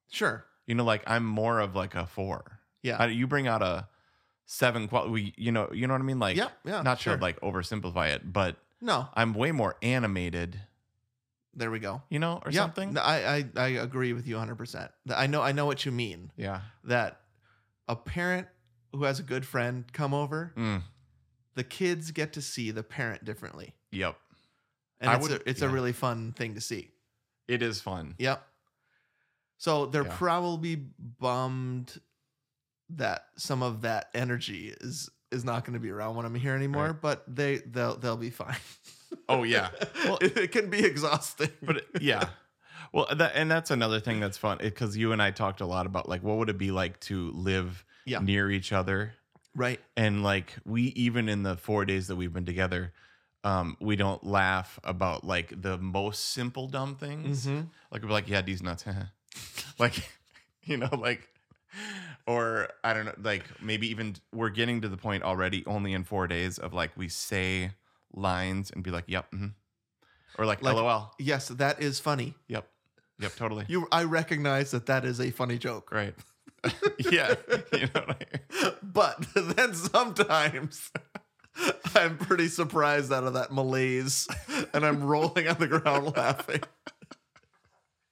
Speaker 1: Sure.
Speaker 2: You know, like I'm more of like a four.
Speaker 1: Yeah.
Speaker 2: I- you bring out a seven qual we you know, you know what I mean? Like
Speaker 1: yeah. Yeah.
Speaker 2: not
Speaker 1: sure.
Speaker 2: to like oversimplify it, but
Speaker 1: no.
Speaker 2: I'm way more animated,
Speaker 1: There we go.
Speaker 2: you know, or
Speaker 1: yeah.
Speaker 2: something.
Speaker 1: No, I, I I agree with you 100. percent I know I know what you mean.
Speaker 2: Yeah.
Speaker 1: That a parent who has a good friend come over,
Speaker 2: Mm,
Speaker 1: the kids get to see the parent differently,
Speaker 2: yep.
Speaker 1: and
Speaker 2: I
Speaker 1: it's
Speaker 2: would-
Speaker 1: a, it's a
Speaker 2: yeah.
Speaker 1: really fun thing to see.
Speaker 2: It is fun.
Speaker 1: Yep. So they're
Speaker 2: Yeah.
Speaker 1: probably bummed that some of that energy is is not going to be around when I'm here anymore,
Speaker 2: Right.
Speaker 1: but they they'll they'll be fine.
Speaker 2: Oh yeah. Well-
Speaker 1: it, it can be exhausting.
Speaker 2: but it- yeah well that, and that's another thing that's fun because you and i talked a lot about like what would it be like to live
Speaker 1: Yeah.
Speaker 2: near each other
Speaker 1: right.
Speaker 2: and like we even in the four days that we've been together um we don't laugh about like the most simple dumb things
Speaker 1: Mhm.
Speaker 2: like we're like yeah these nuts like you know like or i don't know like maybe even we're getting to the point already only in four days of like we say lines and be like yep mhm." or like,
Speaker 1: Like-
Speaker 2: lol
Speaker 1: Yes, that is funny.
Speaker 2: yep yep totally
Speaker 1: You I recognize that that is a funny joke.
Speaker 2: Right. yeah. You know what I
Speaker 1: But then sometimes I'm pretty surprised out of that malaise and I'm rolling on the ground laughing.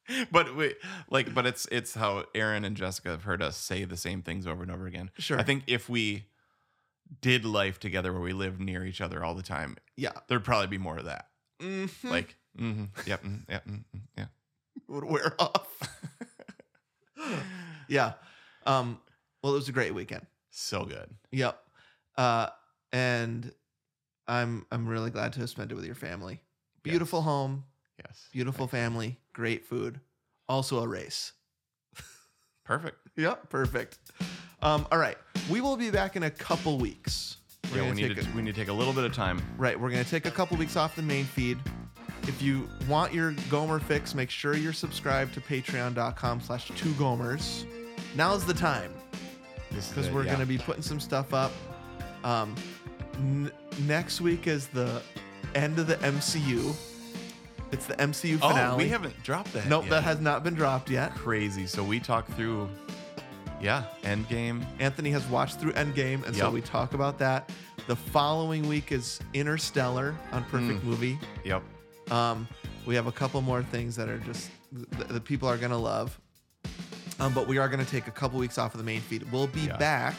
Speaker 2: mean? But we like but it's it's how Aaron and Jessica have heard us say the same things over and over again.
Speaker 1: Sure.
Speaker 2: I think if we did life together where we live near each other all the time,
Speaker 1: Yeah.
Speaker 2: there'd probably be more of that.
Speaker 1: Mhm.
Speaker 2: Like, mm-hmm, yep, mm, yep, mm, mm, yeah.
Speaker 1: would wear off. yeah. Um, well, it was a great weekend.
Speaker 2: So good.
Speaker 1: Yep. Uh, and I'm I'm really glad to have spent it with your family. Beautiful home,
Speaker 2: Yes.
Speaker 1: beautiful family, great food, also a race.
Speaker 2: Perfect.
Speaker 1: Yep, perfect. Um, all right, we will be back in a couple weeks. We're
Speaker 2: Yeah, we
Speaker 1: gonna
Speaker 2: need
Speaker 1: take
Speaker 2: to
Speaker 1: a-
Speaker 2: we need to take a little bit of time.
Speaker 1: Right, we're gonna take a couple weeks off the main feed. If you want your Gomer fix, make sure you're subscribed to patreon.com slash two Gomers. Now's the time because we're gonna be putting some stuff up. Um, n- next week is the end of the MCU. It's the MCU
Speaker 2: Oh,
Speaker 1: finale.
Speaker 2: we haven't dropped that.
Speaker 1: nope,
Speaker 2: yet.
Speaker 1: that has not been dropped yet.
Speaker 2: crazy. So we talked through yeah, Endgame.
Speaker 1: Anthony has watched through Endgame, and so
Speaker 2: Yep.
Speaker 1: we talk about that. The following week is Interstellar on Perfect
Speaker 2: Mm.
Speaker 1: Movie.
Speaker 2: Yep.
Speaker 1: Um, we have a couple more things that are just th- the people are gonna love. Um, but we are gonna take a couple weeks off of the main feed. We'll be
Speaker 2: Yeah.
Speaker 1: back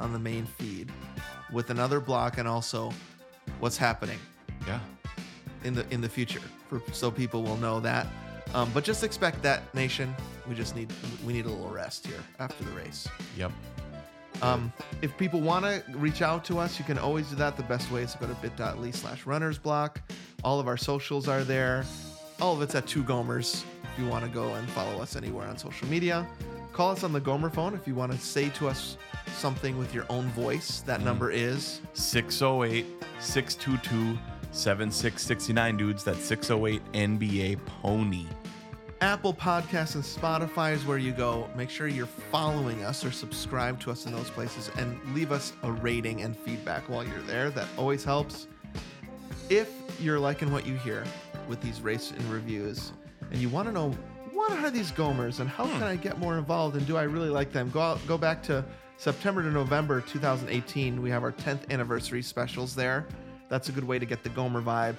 Speaker 1: on the main feed with another block and also what's happening
Speaker 2: Yeah.
Speaker 1: in the in the future, for, so people will know that. Um, but just expect that, nation. We just need we need a little rest here after the race.
Speaker 2: Yep.
Speaker 1: Um, if people want to reach out to us, you can always do that. The best way is to go to bit.ly slash runnersblock. All of our socials are there. All of it's at Two Gomers if you want to go and follow us anywhere on social media. Call us on the Gomer phone if you want to say to us something with your own voice. That number is
Speaker 2: 608 622 7669, dudes. That's 608 NBA Pony.
Speaker 1: Apple Podcasts and Spotify is where you go. Make sure you're following us or subscribe to us in those places and leave us a rating and feedback while you're there. That always helps. If you're liking what you hear with these race and reviews and you want to know what are these gomers and how can I get more involved and do I really like them, go out, go back to September to November 2018. We have our 10th anniversary specials there. That's a good way to get the gomer vibe.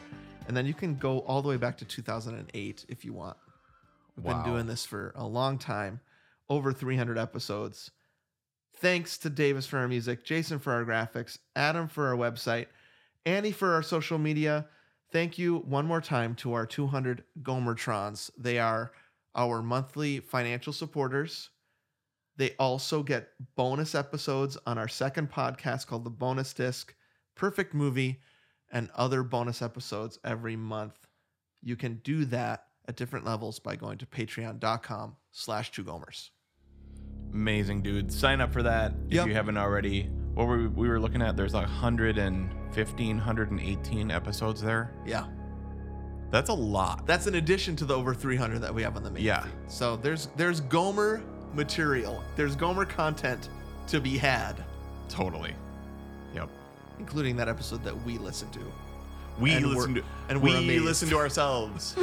Speaker 1: And then you can go all the way back to 2008 if you want. We've
Speaker 2: Wow.
Speaker 1: been doing this for a long time, over 300 episodes. Thanks to Davis for our music, Jason for our graphics, Adam for our website, Annie for our social media. Thank you one more time to our 200 Gomertrons. They are our monthly financial supporters. They also get bonus episodes on our second podcast called The Bonus Disc, Perfect Movie, and other bonus episodes every month. You can do that at different levels by going to patreon.com slash two gomers.
Speaker 2: Amazing, dude. Sign up for that if
Speaker 1: Yep.
Speaker 2: you haven't already. What were we, we were looking at? There's like 115, 118 episodes there.
Speaker 1: Yeah.
Speaker 2: That's a lot.
Speaker 1: That's in addition to the over 300 that we have on the main
Speaker 2: Yeah.
Speaker 1: feed. So there's there's Gomer material. There's Gomer content to be had,
Speaker 2: Totally. Yep.
Speaker 1: including that episode that we listened to.
Speaker 2: We
Speaker 1: And
Speaker 2: listen
Speaker 1: we're-
Speaker 2: to
Speaker 1: and
Speaker 2: we
Speaker 1: we're amazed.
Speaker 2: listen to ourselves.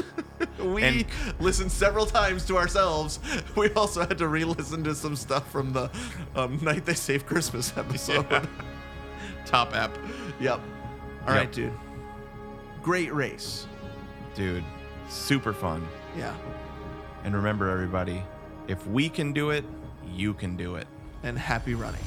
Speaker 1: We
Speaker 2: And-
Speaker 1: listened several times to ourselves. We also had to re-listen to some stuff from the um, Night They Saved Christmas episode.
Speaker 2: Yeah. Top app.
Speaker 1: Yep. All right,
Speaker 2: Yep.
Speaker 1: dude. Great race.
Speaker 2: Dude, super fun.
Speaker 1: Yeah.
Speaker 2: And remember everybody, if we can do it, you can do it.
Speaker 1: And happy running.